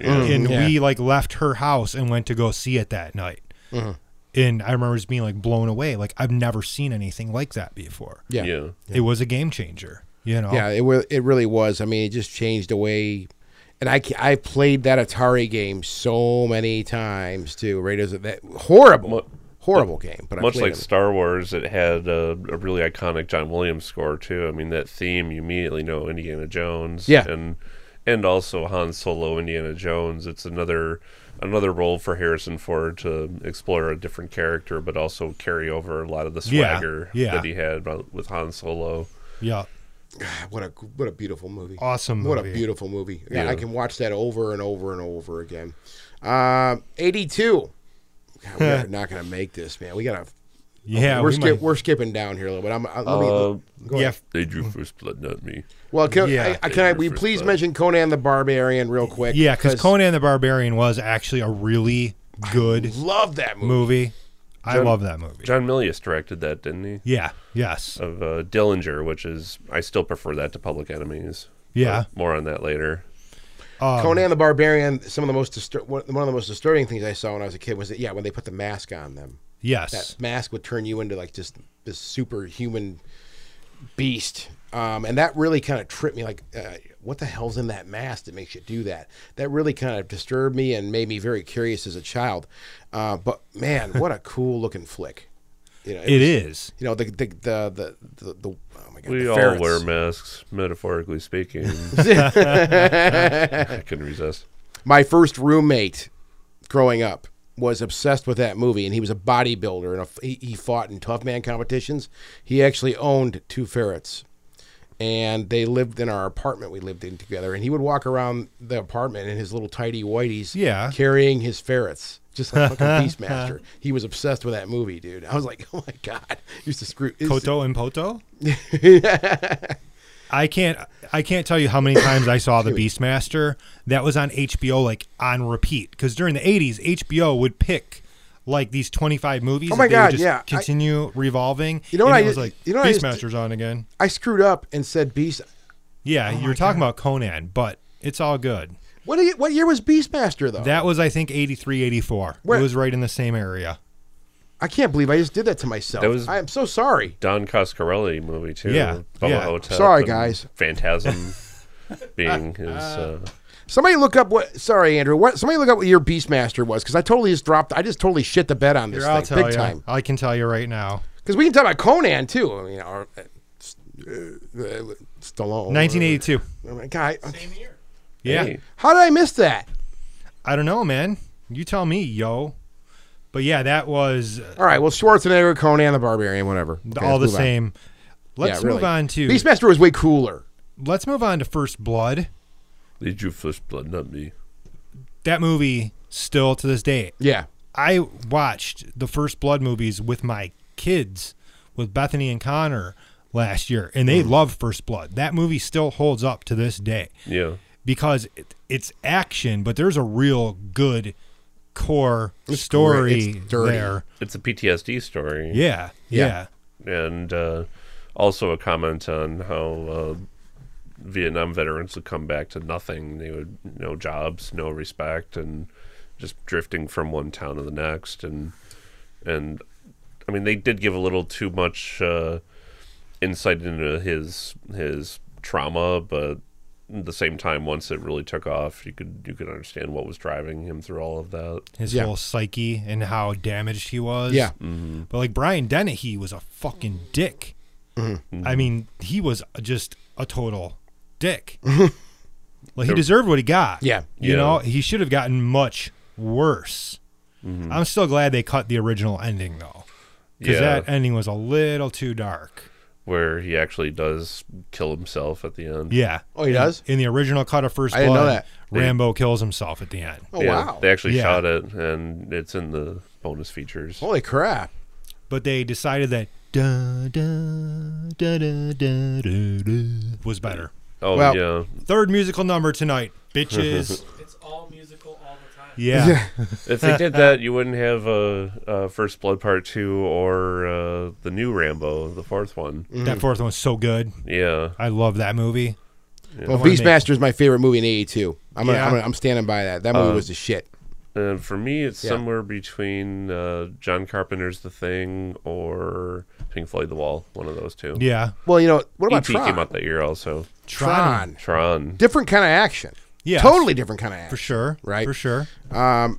B: And
A: Yeah.
B: we like left her house and went to go see it that night.
A: Mm-hmm.
B: And I remember just being like blown away. Like I've never seen anything like that before
A: Yeah, yeah,
D: Yeah.
B: it was a game changer. You know,
A: it wa- it really was. I mean, it just changed the way. And I, ca- I played that Atari game so many times too. Raiders of that horrible,
D: Mu-
A: horrible game. But I
D: Much
A: played
D: like
A: it.
D: Star Wars, it had a, a really iconic John Williams score too. I mean, that theme you immediately know Indiana Jones.
A: Yeah.
D: and and also Han Solo, Indiana Jones. It's another another role for Harrison Ford to explore a different character, but also carry over a lot of the
B: Yeah,
D: swagger
B: yeah.
D: that he had about- with Han Solo.
B: yeah,
A: what a what a beautiful movie.
B: Awesome
A: What a
B: movie.
A: beautiful movie. Yeah,
D: Yeah.
A: I can watch that over and over and over again. Um, Eighty-two. God, we
B: *laughs*
A: are not going to make this, man. We got to.
B: yeah.
A: we're
B: we
A: skip,
B: might-
A: we're skipping down here a little bit. I'm. I, let me,
D: Uh,
A: go
B: yeah,
A: ahead.
B: f-
D: they drew first blood, not me.
A: Well, can,
B: Yeah.
A: I, I, can I?
D: Yeah,
A: We
D: first
A: please
D: blood.
A: mention Conan the Barbarian real quick.
B: yeah. Because Conan the Barbarian was actually a really good
A: Love that movie.
B: movie. I love that movie.
D: John Milius directed that, didn't he?
B: yeah. Yes.
D: Of uh, Dillinger, which is I still prefer that to Public Enemies.
B: Yeah.
D: But more on that later. Um,
A: Conan the Barbarian. Some of the most distur- one one of the most disturbing things I saw when I was a kid was that yeah, when they put the mask on them,
B: Yes.
A: that mask would turn you into like just this superhuman beast. Um, and that really kind of tripped me. Like, uh, what the hell's in that mask that makes you do that? That really kind of disturbed me and made me very curious as a child. Uh, but man, what a cool looking flick! You know,
B: It
A: was-
B: is.
A: You know the the the the, the, the oh my god,
D: We
A: the
D: all
A: ferrets.
D: wear masks,
B: *laughs*
D: metaphorically
A: *laughs*
D: speaking. *laughs* I couldn't resist.
A: my first roommate growing up was obsessed with that movie, and he was a bodybuilder, and a, he, he fought in tough man competitions. He actually owned two ferrets, and they lived in our apartment we lived in together. And he would walk around the apartment in his little tidy whities,
B: Yeah.
A: carrying his ferrets. Just like
B: *laughs*
A: fucking Beastmaster. He was obsessed with that movie, dude. I was like, *laughs* oh my God. Used to screw. used to-
B: Koto
A: *laughs*
B: and Poto. I can't. I can't tell you how many times I saw the Beastmaster. That was on HBO, like on repeat. Because during the '80s, HBO would pick like these 25 movies.
A: Oh my
B: that they would
A: God,
B: just
A: yeah. I-
B: Continue revolving.
A: You know what
B: and
A: I
B: it was
A: did-
B: like?
A: you know what I used to-
B: Beastmaster's on again.
A: I screwed up and said Beast. Oh
B: Yeah, you were talking about Conan, but it's all good.
A: What, year- what year was Beastmaster, though?
B: That was, I think, 83, 84.
A: Where-
B: It was right in the same area.
A: I can't believe I just did that to myself.
D: That was-
A: I am so sorry.
D: Don Coscarelli movie too.
B: Yeah,
D: Bubba
B: yeah.
D: Hotep
A: Sorry,
D: and
A: guys.
B: *laughs*
D: Phantasm being his. Uh,
A: Somebody look up what. Sorry, Andrew. What? Somebody look up what your Beastmaster was because I totally just dropped. I just totally shit the bed on this
B: Here, I'll
A: thing,
B: tell
A: big
B: you.
A: time.
B: I can tell you right now.
A: Because we can talk about Conan too. I mean, or, uh, uh, Stallone.
B: 1982.
A: Oh my God,
E: Same year.
B: Yeah.
D: hey,
A: how did I miss that?
B: I don't know, man. You tell me, yo. But yeah, that was
A: All right. Well, Schwarzenegger, Conan the Barbarian, whatever. Okay,
B: all the
A: let's move on.
B: same.
A: Yeah,
B: Let's move
A: really.
B: on to
A: Beastmaster was way cooler.
B: Let's move on to First Blood.
D: they drew first blood, not me.
B: That movie still to this day.
A: Yeah.
B: I watched the First Blood movies with my kids with Bethany and Connor last year and
A: Mm.
B: they love First Blood. That movie still holds up to this day.
D: Yeah,
B: because it, it's action, but there's a real good core
A: great.
B: story
A: It's dirty.
B: there.
D: it's a PTSD story.
B: Yeah, yeah,
D: and uh, also a comment on how uh, Vietnam veterans would come back to nothing. They would no jobs, no respect, and just drifting from one town to the next. And and I mean, they did give a little too much uh, insight into his his trauma, but at the same time, once it really took off, you could you could understand what was driving him through all of that.
B: his
A: Yeah.
B: whole psyche and how damaged he was.
A: Yeah.
D: Mm-hmm.
B: But like Brian Dennehy was a fucking dick.
A: Mm-hmm.
D: Mm-hmm.
B: I mean, he was just a total
A: *laughs*
B: dick. like he deserved what he got.
A: Yeah.
B: You
D: Yeah.
B: know, he should have gotten much worse. I'm still glad they cut the original ending though. Because
D: Mm-hmm. Yeah.
B: that ending was a little too dark.
D: Where he actually does kill himself at the end.
B: Yeah.
A: Oh, he does?
B: In the original cut of First
A: I didn't know
B: Blood,
A: that.
B: Rambo kills himself at the end.
A: Oh
D: Yeah,
A: wow!
D: They actually
B: Yeah.
D: shot it, and it's in the bonus features.
A: Holy crap!
B: but they decided that da, da, da, da, da, da, da, was better.
D: Oh
A: Well-
B: *laughs*
D: yeah,
B: Third musical number tonight,
A: *laughs*
B: bitches.
E: It's all musical all the time.
B: Yeah.
D: if they did that, you wouldn't have uh, uh, First Blood Part Two or uh, the new Rambo, the fourth one.
A: Mm.
B: that fourth one was so good.
D: Yeah,
B: I love that movie.
A: Well,
B: wanna make-
A: Beastmaster is my favorite movie in '82. I'm gonna,
B: Yeah. Uh,
A: I'm, gonna, I'm standing by that. That movie was the shit.
D: and for me, it's
A: Yeah.
D: somewhere between uh, John Carpenter's The Thing or Pink Floyd The Wall. One of those two.
B: Yeah.
A: Well, you know what about
D: E.T. E came
A: Tron?
D: out that year also.
A: Tron.
D: Tron.
A: different kind of action.
B: Yes.
A: totally different kind of action.
B: For sure.
A: Right.
B: For sure.
A: I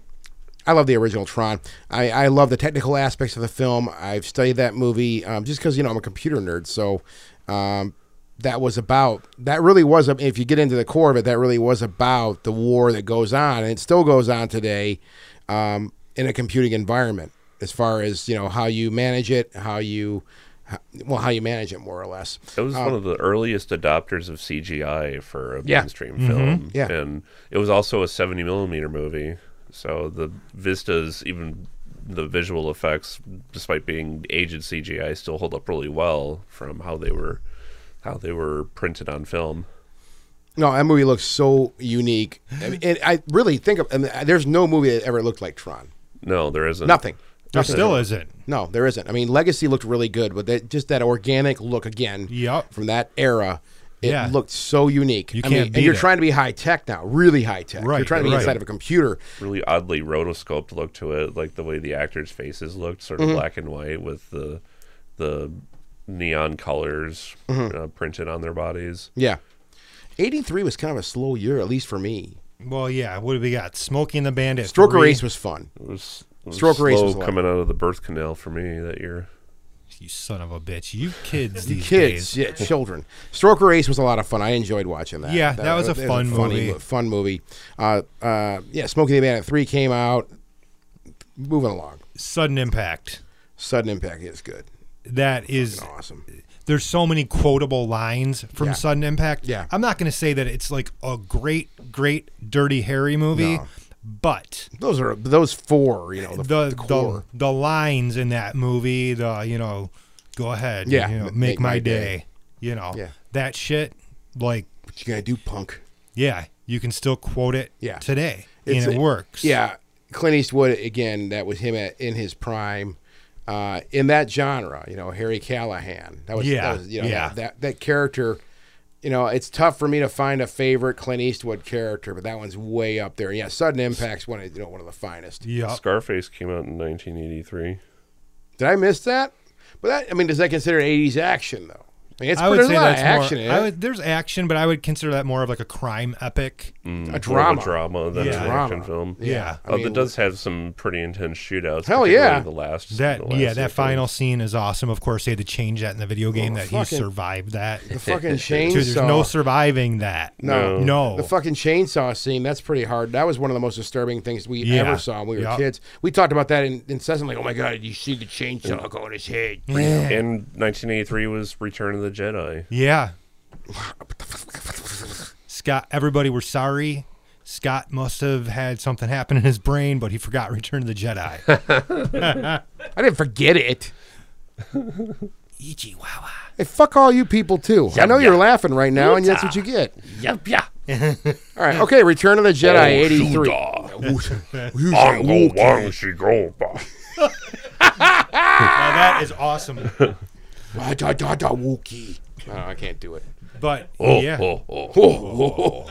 A: love the original Tron. I, I love the technical aspects of the film. I've studied that movie um, just because you know I'm a computer nerd. So um, that was about that really was. a- If you get into the core of it, that really was about the war that goes on and it still goes on today um, in a computing environment. As far as you know, how you manage it, how you how, well how you manage it more or less.
D: It was one of the earliest adopters of CGI for a
A: Yeah.
D: mainstream film.
A: Mm-hmm. Yeah.
D: And it was also a 70 millimeter movie. So the vistas, even the visual effects, despite being aged CGI, still hold up really well from how they were how they were printed on film.
A: No, that movie looks so unique. I mean, and I really think of. I mean, there's no movie that ever looked like Tron.
D: No, there isn't.
A: Nothing.
B: There
A: Nothing.
B: still isn't.
A: No, there isn't. I mean, Legacy looked really good, but that, just that organic look again
B: Yup.
A: from that era, it
B: Yeah.
A: looked so unique.
B: You
A: I
B: can't
A: mean,
B: beat
A: and you're
B: it.
A: trying to be high tech now, really high tech. You're
B: Right,
A: trying to be
B: right.
A: inside of a computer.
D: Really oddly rotoscoped look to it, like the way the actors' faces looked, sort
A: Mm-hmm.
D: of black and white with the the neon colors
A: Mm-hmm.
D: uh, printed on their bodies.
A: Yeah. 83 was kind of a slow year, at least for me.
B: Well, yeah. What do we got? Smokey and the Bandit.
A: Stroker
B: three.
A: Race was fun.
D: It was, it was
A: Stroke race
D: slow
A: was a lot.
D: coming out of the birth canal for me that year.
B: You son of a bitch. You
A: *laughs*
B: kids these
A: Kids,
B: days.
A: yeah, children. Stroker Race was a lot of fun. I enjoyed watching that.
B: Yeah, that was a
A: it
B: fun
A: funny
B: movie.
A: mo- Fun movie. Uh, uh, yeah, Smoking the Bandit 3 came out. Moving along.
B: Sudden Impact.
A: Sudden Impact is good.
B: That is
A: Awesome.
B: there's so many quotable lines from
A: Yeah.
B: Sudden Impact.
A: Yeah.
B: I'm not going to say that it's like a great, great Dirty Harry movie, but
A: Those are those four, you know, the,
B: the
A: the
B: the,
A: core.
B: the lines in that movie, the you know, go ahead,
A: Yeah,
B: you know,
A: m-
B: make, my, day. you know,
A: Yeah.
B: that shit, like,
A: what you gonna do, punk?
B: yeah, you can still quote it
A: Yeah.
B: today,
A: It's
B: and it
A: a-
B: works.
A: Yeah, Clint Eastwood again. That was him at, in his prime, uh, in that genre. You know, Harry Callahan. That was,
B: Yeah,
A: that was you know,
B: yeah.
A: that, that that character. You know, it's tough for me to find a favorite Clint Eastwood character, but that one's way up there. Yeah, Sudden Impact's one, of- you know, one of the finest.
B: yeah,
D: Scarface came out in 1983.
A: Did I miss that? But that, I mean, is that considered '80s action though? I mean, it's
B: I would
A: there's
B: say
A: a lot of
B: that's
A: action
B: more.
A: in
B: I
A: it.
B: would, there's action, but I would consider that more of like a crime epic.
A: a
D: Mm, More of
A: drama.
D: a drama than
B: Yeah.
D: an action
A: Drama.
D: film.
B: Yeah.
A: I
D: Uh,
A: mean,
D: that does have some pretty intense shootouts.
A: Hell
D: particularly
A: yeah.
D: The last
B: That
D: the last
B: yeah, that
D: sequence.
B: final scene is awesome. Of course, they had to change that in the video game that he
A: fucking-
B: survived that.
D: *laughs*
A: the fucking chainsaw.
B: Dude, there's no surviving that.
A: No.
B: no.
A: The fucking chainsaw scene, that's pretty hard. That was one of the most disturbing things we
B: Yeah.
A: ever saw when we were
B: Yup.
A: kids. We talked about that in, incessantly. Oh my God, you see the
B: Mm.
A: chainsaw go on his head.
B: yeah.
D: And 1983 was Return of the Jedi.
A: *laughs*
B: Yeah. Scott, everybody, we're sorry. Scott must have had something happen in his brain, but he forgot *laughs* Return of the Jedi.
A: I didn't forget it.
B: Ichiwawa.
A: Hey, fuck all you people, too. I know you're laughing right now, and that's what you get.
D: Yep, yeah.
A: All right. Okay. Return of the
B: Oh,
A: Jedi 83.
D: Ongo Wang Shigoba.
B: Now that is awesome.
A: Ah, da, da, da, Wookie. Oh, I can't do it. *laughs*
B: But *laughs*
D: Oh,
B: yeah,
D: oh, oh, oh.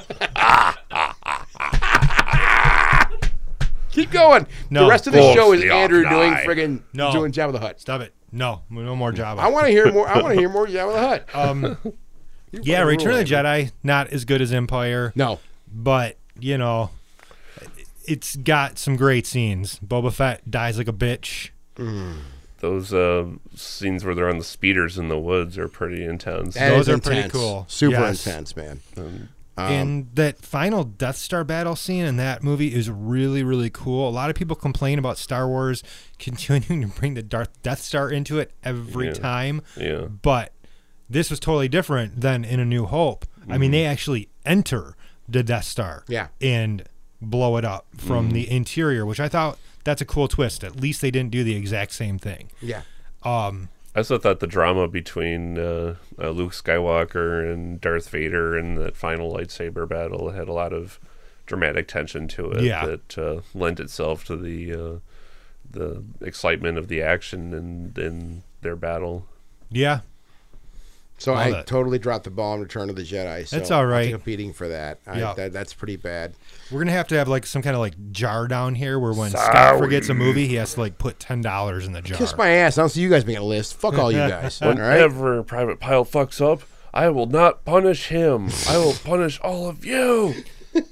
A: Keep going.
B: No.
A: The rest of the
D: Oh,
A: show is
D: the
A: Andrew
D: Hawkeye.
A: doing friggin'
B: No.
A: doing Jabba the Hutt.
B: stop it. No, no more Jabba.
A: *laughs* Uh, I want to hear more. I want to hear more Jabba the Hutt.
B: um, yeah,
A: fucking
B: Return of the
A: ruling.
B: Jedi not as good as Empire.
A: No,
B: but you know, it's got some great scenes. Boba Fett dies like a bitch.
D: *laughs* Those uh, scenes where they're on the speeders in the woods are pretty intense.
A: That
B: Those
A: is
B: are pretty
A: intense.
B: cool.
A: Super
B: Yes.
A: intense, man.
D: Um,
B: and that final Death Star battle scene in that movie is really, really cool. A lot of people complain about Star Wars *laughs* continuing to bring the Darth Death Star into it every
D: Yeah.
B: time.
D: Yeah.
B: But this was totally different than in A New Hope. I
D: Mm-hmm.
B: mean, they actually enter the Death Star.
A: Yeah.
B: And blow it up from the
D: Mm-hmm.
B: interior, which I thought that's a cool twist. At least they didn't do the exact same thing.
A: Yeah.
D: I also thought the drama between uh, uh, Luke Skywalker and Darth Vader and that final lightsaber battle had a lot of dramatic tension to it
B: Yeah.
D: that uh, lent itself to the uh, the excitement of the action and in their battle.
B: Yeah.
A: So
B: Love
A: I
B: it.
A: totally dropped the ball in Return of the Jedi. So
B: That's all right.
A: I'll take a beating for that. I,
B: Yeah.
A: that. That's pretty bad.
B: We're gonna have to have like some kind of like jar down here where when Scott forgets a movie, he has to like put ten dollars in the jar.
A: Kiss my ass. I don't see you guys making a list. Fuck *laughs* all you guys. all right.
D: Whenever Private Pile fucks up, I will not punish him. I will punish all of you.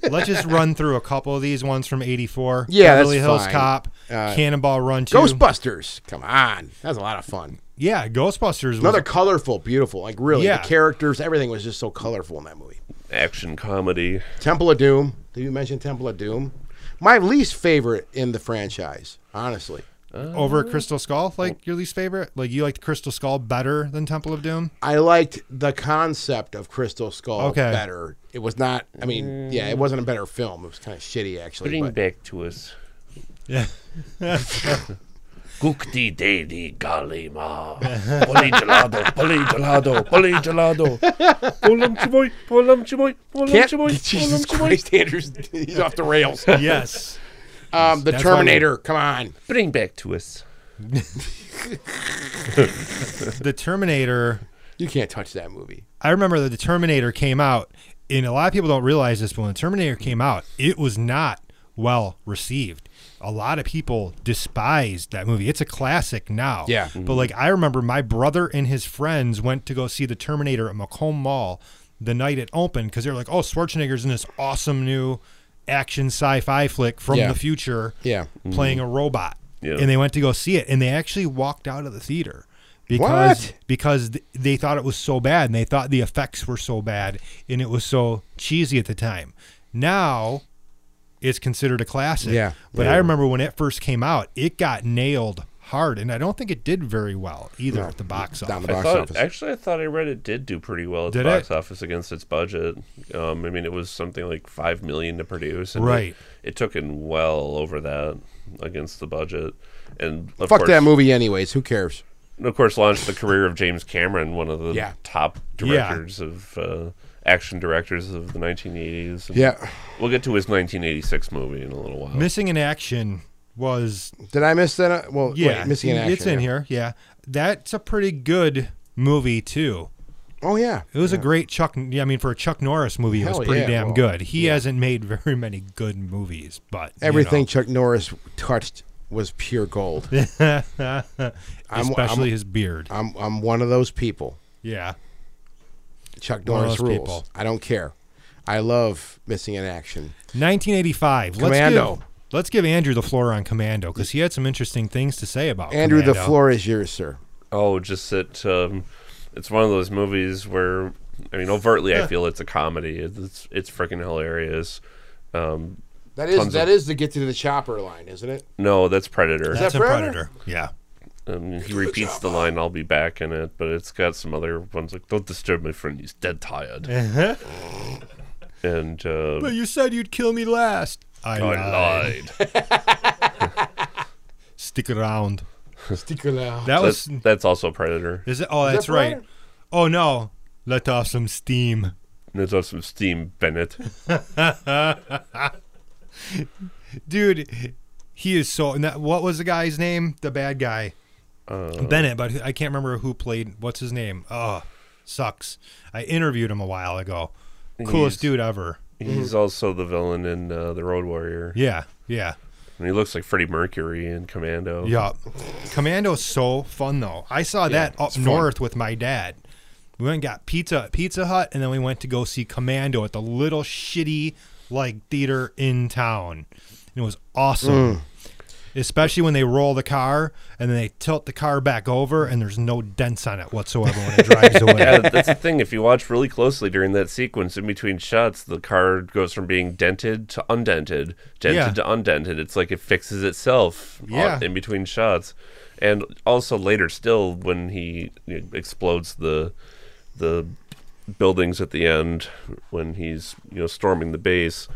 B: Let's just run through a couple of these ones from '84.
A: Yeah, that's
B: Beverly Hills
A: fine.
B: Cop,
A: Uh,
B: Cannonball Run 2.
A: Ghostbusters. Come on. That was a lot of fun.
B: yeah, Ghostbusters.
A: Another
B: Was,
A: colorful, beautiful. Like really,
B: Yeah.
A: the characters, everything was just so colorful in that movie.
D: Action comedy.
A: Temple of Doom. Did you mention Temple of Doom? My least favorite in the franchise, honestly.
B: over Crystal Skull, like your least favorite. Like you liked Crystal Skull better than Temple of Doom.
A: I liked the concept of Crystal Skull
B: Okay.
A: better. It was not. I mean, yeah, it wasn't a better film. It was kind of shitty, actually.
D: Bring
A: But
D: back to us.
B: Yeah.
D: Gukti Deli Galima. Poli gelado, poli gelado, poli gelado. Polam chimoy, polam chimoy, polam
A: can't.
D: chimoy, polam
A: *laughs* Jesus
D: chimoy.
A: Christ, Andrew's he's off the rails.
B: yes.
A: Um, the
B: That's why we-
A: Terminator. Come on.
D: Bring back to us.
B: The Terminator.
A: You can't touch that movie.
B: I remember that the Terminator came out, and a lot of people don't realize this, but when the Terminator came out, it was not well received. A lot of people despised that movie. It's a classic now.
A: Yeah. Mm-hmm.
B: But like I remember my brother and his friends went to go see the Terminator at Macomb Mall the night it opened because they were like, Oh, Schwarzenegger's in this awesome new action sci-fi flick from
A: Yeah.
B: the future
A: Yeah. Mm-hmm.
B: playing a robot.
D: Yeah.
B: And they went to go see it and they actually walked out of the theater because
A: What?
B: because th- they thought it was so bad and they thought the effects were so bad and it was so cheesy at the time. Now it's considered a classic.
A: Yeah.
B: But I remember when it first came out, it got nailed hard and I don't think it did very well either at the box
A: Down
B: office.
A: the
D: I
A: box
D: thought,
A: office.
D: actually, I thought I read it did do pretty well at
B: Did
D: the box
B: it?
D: office against its budget. Um, I mean, it was something like five million to produce, and
B: Right.
D: It, it took in well over that against the budget, and of
A: Fuck
D: course,
A: that movie, anyways. Who cares?
D: and of course launched the career of James Cameron, one of the
A: Yeah.
D: top
B: Yeah.
D: directors of uh, action directors of the 1980s. And
A: Yeah.
D: we'll get to his 1986 movie in a little while.
B: Missing in Action was
A: Did I miss that? Well,
B: yeah,
A: wait, missing an action.
B: It's in
A: yeah.
B: here. Yeah. That's a pretty good movie too.
A: Oh yeah.
B: It was a great Chuck. yeah, I mean, for a Chuck Norris movie, it
A: Hell
B: was pretty
A: yeah,
B: damn
A: well,
B: good. He hasn't made *laughs* very many good movies, but you
A: Everything
B: know.
A: Chuck Norris touched was pure gold. I'm- uh,
B: especially his beard.
A: I'm I'm one of those people.
B: yeah,
A: Chuck
B: One of
A: Norris
B: those
A: rules.
B: people.
A: I don't care. I love missing in action.
B: 1985.
A: Commando.
B: Let's give, let's give Andrew the floor on Commando because he had some interesting things to say about
A: Andrew, the
B: Commando.
A: floor is yours, sir.
D: Oh, just that um, it's one of those movies where, I mean, overtly, I feel it's a comedy. It's it's freaking hilarious. Um,
A: That is
D: Tons
A: that
D: of-
A: is the get to the chopper line, isn't it?
D: no, that's Predator.
A: that-
B: That's a
A: Predator?
B: predator. Yeah,
D: Um, he repeats the line, "I'll be back in it," but it's got some other ones like, "Don't disturb my friend; he's dead tired."
A: Uh-huh.
D: and uh,
B: but you said you'd kill me last. I,
D: I
B: lied.
D: lied.
B: Stick around.
A: Sticker loud.
B: That
D: That's
B: was
D: that's also Predator.
B: is it? Oh, that's
A: that
B: right.
A: Predator?
B: Oh no, let off some steam.
D: And There's also Steam Bennett.
B: dude he is so and that, what was the guy's name the bad guy bennett but i can't remember who played what's his name oh sucks i interviewed him a while ago coolest
D: He's-
B: dude ever
D: He's also the villain in uh, The Road Warrior.
B: yeah yeah
D: And he looks like Freddie Mercury in Commando.
B: yeah commando's so fun though i saw that up north with my dad We went and got pizza at Pizza Hut, and then we went to go see Commando at the little shitty like theater in town. And it was awesome. Especially when they roll the car and then they tilt the car back over and there's no dents on it whatsoever when it drives away.
D: Yeah, that's the thing. If you watch really closely during that sequence in between shots, the car goes from being dented to undented, dented
B: Yeah.
D: to undented. It's like it fixes itself on-
B: Yeah.
D: in between shots. And also later still when he you know, explodes the the buildings at the end when he's, you know, storming the base,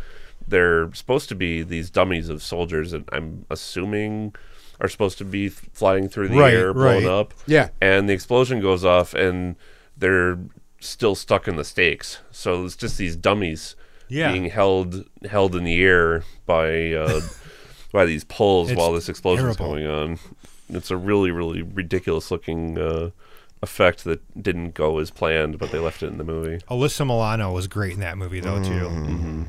D: they're supposed to be these dummies of soldiers that I'm assuming are supposed to be f- flying through the
B: Right,
D: air, blown
B: right.
D: up
A: Yeah.
D: and the explosion goes off and they're still stuck in the stakes so it's just these dummies
B: Yeah.
D: being held held in the air by
B: *laughs*
D: uh, by these poles
B: It's
D: while this explosion's
B: terrible.
D: going on it's a really really ridiculous looking uh, effect that didn't go as planned but they left it in the movie
B: Alyssa Milano was great in that movie though too.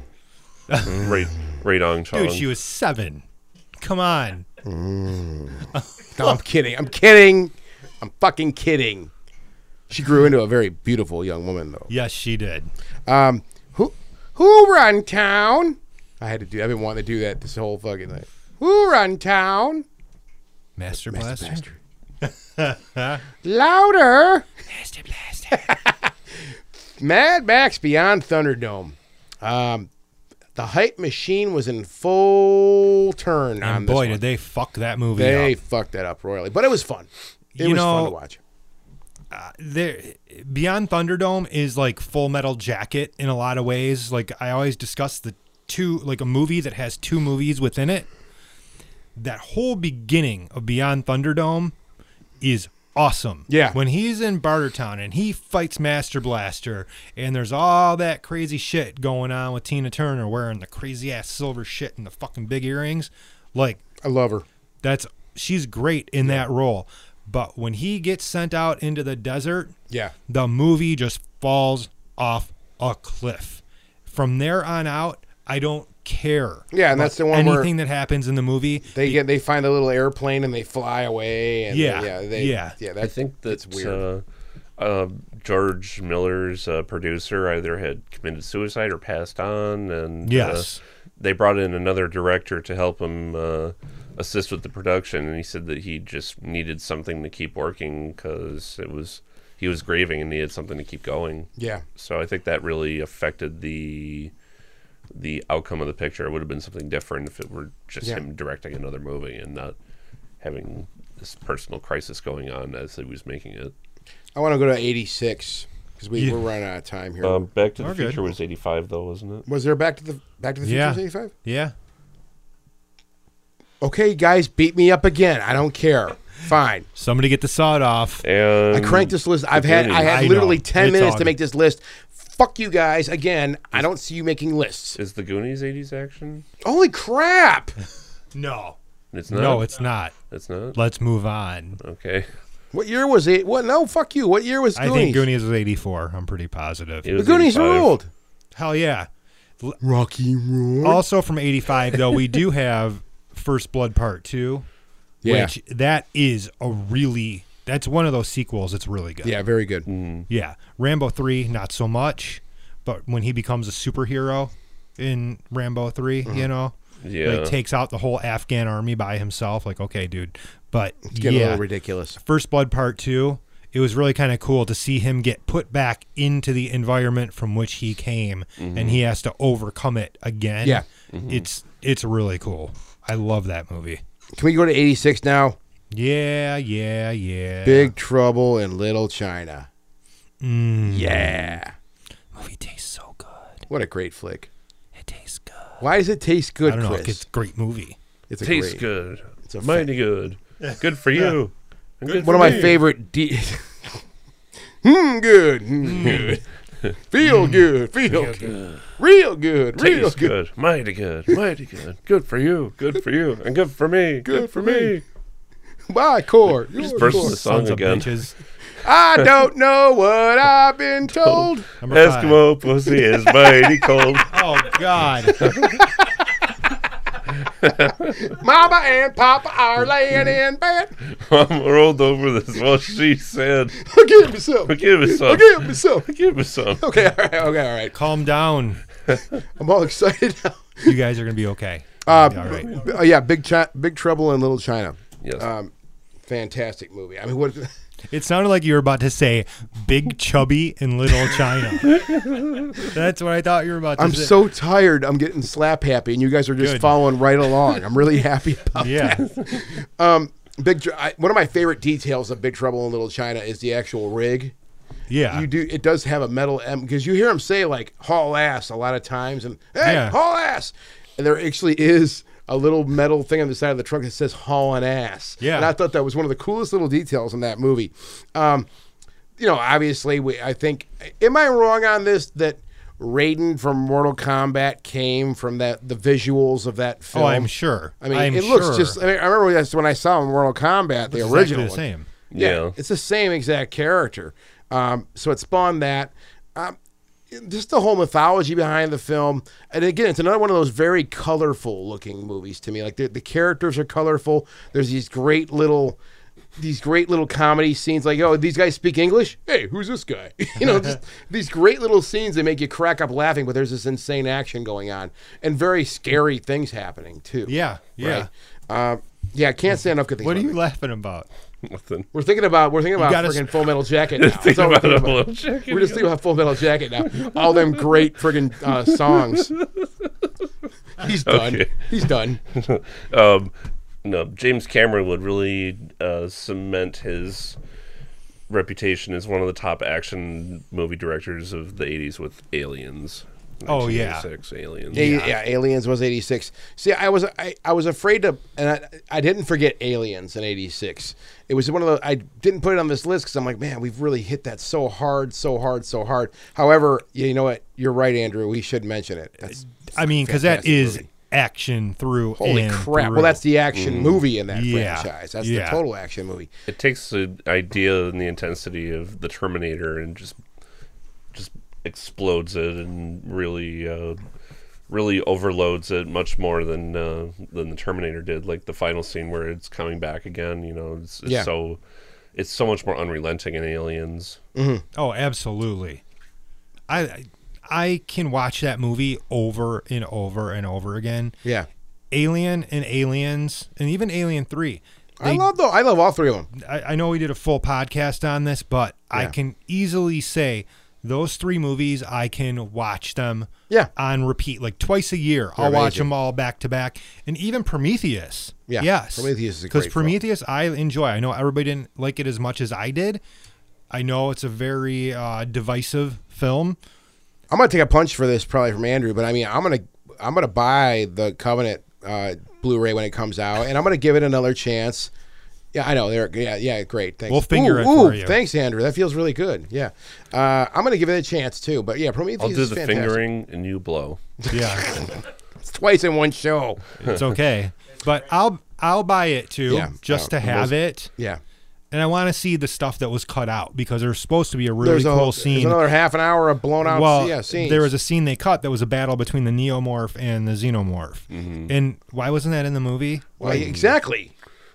D: right right on Chong.
B: Dude, she was seven. Come on.
A: No, I'm kidding. I'm kidding. I'm fucking kidding. She grew into a very beautiful young woman, though.
B: Yes, she did.
A: Um, who who run town? I had to do. I've been wanting to do that this whole fucking night. Who run town?
B: Master, Blaster.
A: Louder. *laughs* Mad Max Beyond Thunderdome. Um, the hype machine was in full turn on
B: And
A: this
B: boy,
A: one.
B: did they fuck that movie
A: They
B: up.
A: fucked that up royally, but it was fun. It
B: You
A: was
B: know-
A: fun to watch.
B: there beyond thunderdome is like full metal jacket in a lot of ways like i always discuss the two like a movie that has two movies within it that whole beginning of beyond thunderdome is awesome
A: Yeah.
B: when he's in bartertown and he fights master blaster and there's all that crazy shit going on with tina turner wearing the crazy ass silver shit and the fucking big earrings like
A: I love her.
B: that's she's great in that role but when he gets sent out into the desert
A: Yeah.
B: the movie just falls off a cliff. From there on out, I don't care.
A: Yeah, and
B: about
A: that's the one where-
B: anything that happens in the movie.
A: They get they find a little airplane and they fly away. And
B: Yeah,
A: yeah, they,
B: yeah.
A: yeah.
D: I
A: That,
D: think that's
A: that's weird.
D: Uh, uh, George Miller's uh, producer either had committed suicide or passed on, and uh,
B: Yes.
D: they brought in another director to help him uh, assist with the production. And he said that he just needed something to keep working because it was he was grieving and needed something to keep going.
A: yeah,
D: So I think that really affected the the outcome of the picture. It would have been something different if it were just
A: Yeah.
D: him directing another movie and not having this personal crisis going on as he was making it.
A: I want to go to eighty six because we
B: Yeah.
A: we're running out of time here.
D: Um, Back to the
B: We're good.
D: Future was eighty five though, wasn't it?
A: was there Back to the Back to the Future
B: Yeah.
A: eighty five?
B: Yeah.
A: Okay, guys, beat me up again. I don't care. Fine.
B: Somebody get the sawed off.
D: And
A: I cranked this list. I've had I
D: Beginning.
A: had
B: I know.
A: literally ten
B: It's
A: minutes
B: all
A: to
B: good.
A: make this list. Fuck you guys again. I don't see you making lists.
D: Is the Goonies eighties action?
A: Holy crap!
B: No.
D: It's not.
B: No, it's not.
D: it's not.
B: Let's move on.
D: Okay. *laughs*
A: What year was it? What? No, fuck you. What year was
B: I
A: Goonies?
B: think Goonies was 84. I'm pretty positive.
D: It
A: The
D: was
A: Goonies
D: 85.
A: ruled. Oh,
B: Hell yeah.
A: Rocky ruled.
B: Also from 85, though, we do have First Blood Part 2,
A: Yeah.
B: which that is a really, that's one of those sequels that's really good.
A: yeah, very good.
B: Yeah. Rambo 3, not so much. But when he becomes a superhero in Rambo 3,
A: Mm-hmm.
B: you know,
D: Yeah.
B: like takes out the whole Afghan army by himself. Like, okay, dude. But
A: Get a
B: yeah,
A: little ridiculous.
B: First Blood Part 2, it was really kind of cool to see him get put back into the environment from which he came
A: Mm-hmm.
B: and he has to overcome it again.
A: Yeah.
B: It's it's really cool. I love that movie.
A: Can we go to eighty six now?
B: Yeah, yeah, yeah.
A: Big Trouble in Little China. Yeah.
B: movie tastes so good.
A: What a great flick.
B: It tastes good.
A: Why does it taste good,
B: I don't know.
A: Chris?
B: It's a great movie.
A: It's a
D: Tastes
A: great-
D: good. It's
A: a
D: mighty good. Good for you. And Good
A: One
D: for
A: of my
D: me.
A: favorite. De- *laughs* Hmm, good. Hmm, good. Feel good. Feel good. Real good. Real
D: Tastes
A: good.
D: good. Mighty good. Mighty good. Good for you. Good for you. And good for me. Good, for me.
A: My core. your
D: burst
A: core.
D: the song
B: Sons of
D: again.
B: bitches.
A: I don't know what I've been told.
B: Number five.
D: Eskimo pussy is mighty cold.
B: Oh God.
A: Mama and Papa are laying in bed.
D: *laughs* I'm rolled over this. Well, she said,
A: I'll give me some.
D: "I'll give me
A: I'll
D: some.
A: give me some.
D: Give me some."
A: Okay, all right, okay, all right.
B: Calm down.
A: I'm all excited now.
B: You guys are gonna be okay.
A: Uh,
B: all right.
A: b- *laughs* oh, yeah, Big Chi- Big Trouble in Little China.
D: Yes.
A: Um, fantastic movie. I mean, what?
B: It sounded like you were about to say "big chubby in little China." That's what I thought you were about
A: *laughs*
B: to
A: I'm
B: say.
A: so tired. I'm getting slap happy, and you guys are just
B: Good.
A: following right along. I'm really *laughs* happy about
B: yeah.
A: Um, Big. Tr- I, one of my favorite details of Big Trouble in Little China is the actual rig.
B: Yeah.
A: You do. It does have a metal M because you hear them say like "haul ass" a lot of times, and "hey,
B: Yeah.
A: haul ass," and there actually is a little metal thing on the side of the truck that says "hauling ass."
B: Yeah.
A: and I thought that was one of the coolest little details in that movie. Um, you know, obviously, we. I think. Am I wrong on this? That Raiden from Mortal Kombat came from that the visuals of that film.
B: oh, I'm sure.
A: I mean,
B: I'm
A: it looks
B: sure.
A: just. I, mean, I remember that's when I saw Mortal Kombat, the
B: It's exactly
A: original.
B: the
A: one.
B: same.
A: Yeah,
D: Yeah.
A: it's the same exact character. Um, so it spawned that. Um, just the whole mythology behind the film, and again, it's another one of those very colorful looking movies to me. Like the, the characters are colorful. There's these great little, these great little comedy scenes. Like, oh, these guys speak English. Hey, who's this guy? *laughs* you know,
B: *laughs*
A: just these great little scenes that make you crack up laughing. But there's this insane action going on, and very scary things happening too.
B: Yeah. Yeah.
A: Right? Um, yeah, I can't say enough good things.
B: What are
A: about
B: you laughing about?
D: Nothing.
A: we're thinking about we're thinking about
B: gotta
A: friggin'
B: s-
A: Full Metal Jacket now. That's all we're,
D: about
A: thinking
D: Full
A: about.
D: Metal Jacket,
A: we're just thinking about Full Metal Jacket now. All them great friggin' uh, songs. He's done.
D: Okay.
A: He's done.
D: um, no, James Cameron would really uh, cement his reputation as one of the top action movie directors of the 80s with Aliens.
B: Oh, yeah.
D: 1986 Aliens.
A: Yeah. yeah, Aliens was eighty six. See, I was I, I was afraid to, and I, I didn't forget Aliens in eighty six. It was one of the I didn't put it on this list because I'm like, man, we've really hit that so hard, so hard, so hard. However, you know what? You're right, Andrew. We should mention it. That's
B: I mean, because that
A: fantastic
B: is
A: movie.
B: action through.
A: holy
B: and
A: crap.
B: Through. Mm.
A: Well, that's the action movie in that
B: Yeah.
A: franchise. That's
B: Yeah.
A: the total action movie.
D: It takes the idea and the intensity of the Terminator and just just explodes it and really uh, really overloads it much more than uh, than the Terminator did. Like the final scene where it's coming back again, you know, it's, it's
A: Yeah.
D: so it's so much more unrelenting in Aliens.
B: Oh, absolutely. I I can watch that movie over and over and over again.
A: Yeah.
B: Alien and Aliens, and even Alien Three.
A: I
B: they-
A: love though. I love all three of them.
B: I, I know we did a full podcast on this, but I
A: Yeah.
B: can easily say those three movies I can watch them
A: Yeah.
B: on repeat like twice a year. I'll watch them all back to back, and even Prometheus.
A: Yeah,
B: yes,
A: Prometheus is a
B: because
A: great film.
B: Prometheus I enjoy. I know everybody didn't like it as much as I did. I know it's a very uh, divisive
A: *laughs*
B: film.
A: I'm gonna take a punch for this probably from Andrew, but I mean, I'm gonna I'm gonna buy the Covenant uh, Blu-ray when it comes out, and I'm gonna give it another chance. Yeah, I know. There. Yeah, yeah. Great. Thanks.
B: We'll finger
A: Ooh,
B: it for
A: ooh,
B: you.
A: Thanks, Andrew. That feels really good. Yeah. Uh, I'm gonna give it a chance too. But yeah, Prometheus
D: I'll do
A: is
D: the
A: fantastic.
D: fingering and you blow.
B: Yeah,
A: It's twice in one show.
B: it's okay, but I'll I'll buy it too
A: Yeah,
B: just
A: uh,
B: to have it.
A: Yeah.
B: and I want to see the stuff that was cut out because there's supposed to be a really
A: There's a
B: cool
A: whole
B: scene.
A: There's another half an hour of blown out.
B: well,
A: yeah, scenes.
B: there was a scene they cut that was a battle between the neomorph and the xenomorph.
A: Mm-hmm.
B: And why wasn't that in the movie?
A: Well, exactly.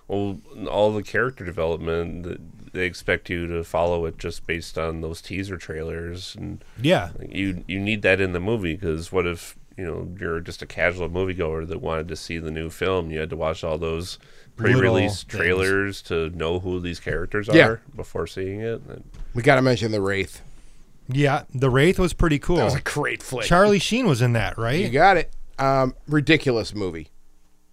D: Well, all the character development, th- they expect you to follow it just based on those teaser trailers, and
B: Yeah,
D: you you need that in the movie because what if you know you're just a casual moviegoer that wanted to see the new film? You had to watch all those pre-release
B: Little things.
D: trailers to know who these characters
A: Yeah.
D: are before seeing it. And
A: We got to mention the Wraith.
B: yeah. The Wraith was pretty cool.
A: That was a great flick.
B: Charlie Sheen was in that, right?
A: You got it. Um, ridiculous movie,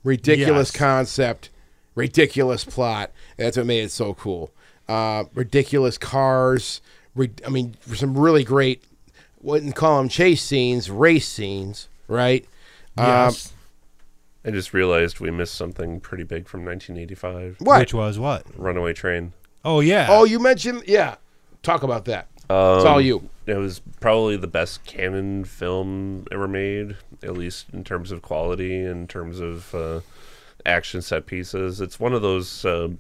A: ridiculous
B: Yes.
A: concept, ridiculous plot. That's what made it so cool. Uh, ridiculous cars. Re- I mean, some really great. Wouldn't call them chase scenes, race scenes, right? uh,
B: yes.
D: I just realized we missed something pretty big from 1985,
A: Um, What?
B: Which was what?
D: Runaway Train.
B: Oh yeah.
A: oh, you mentioned yeah. Talk about that. it's all you.
D: It was probably the best canon film ever made, at least in terms of quality, in terms of uh, action set pieces. It's one of those um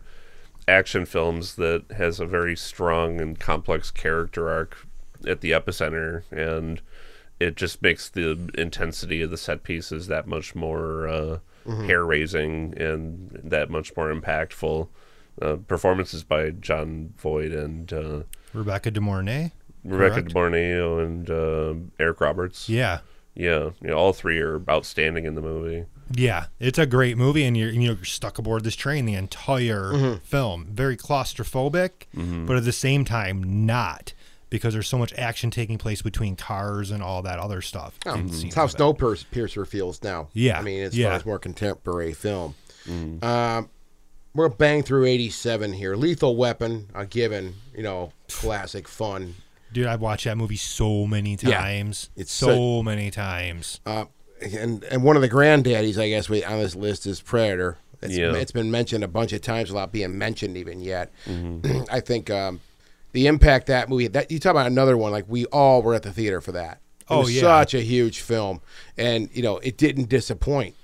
D: action films that has a very strong and complex character arc at the epicenter, and it just makes the intensity of the set pieces that much more uh, hair raising and that much more impactful. Uh, performances by John Voight and uh,
B: Rebecca De Mornay.
D: Rebecca
B: correct?
D: De Mornay and uh, Eric Roberts.
B: Yeah.
D: yeah, yeah, all three are outstanding in the movie.
B: Yeah, it's a great movie, and you're you know you're stuck aboard this train the entire
A: Mm-hmm.
B: film. Very claustrophobic, but at the same time not because there's so much action taking place between cars and all that other stuff.
A: Oh,
B: It
A: It's
B: seems
A: how
B: of it.
A: Snowpiercer feels now.
B: Yeah,
A: I mean, as
B: yeah.
A: far as more contemporary film. Um, we're bang through 87 here. Lethal Weapon, a given, you know, classic fun.
B: Dude, I've watched that movie so many
A: Yeah.
B: times.
A: It's
B: so many times.
A: Uh, and and one of the granddaddies, I guess, we, on this list is Predator. It's,
D: Yeah.
A: it's been mentioned a bunch of times without being mentioned even yet.
B: Mm-hmm.
A: *clears throat* I think um, the impact that movie that you talk about another one like we all were at the theater for that. It
B: Oh,
A: was
B: yeah.
A: such a huge film, and you know it didn't disappoint.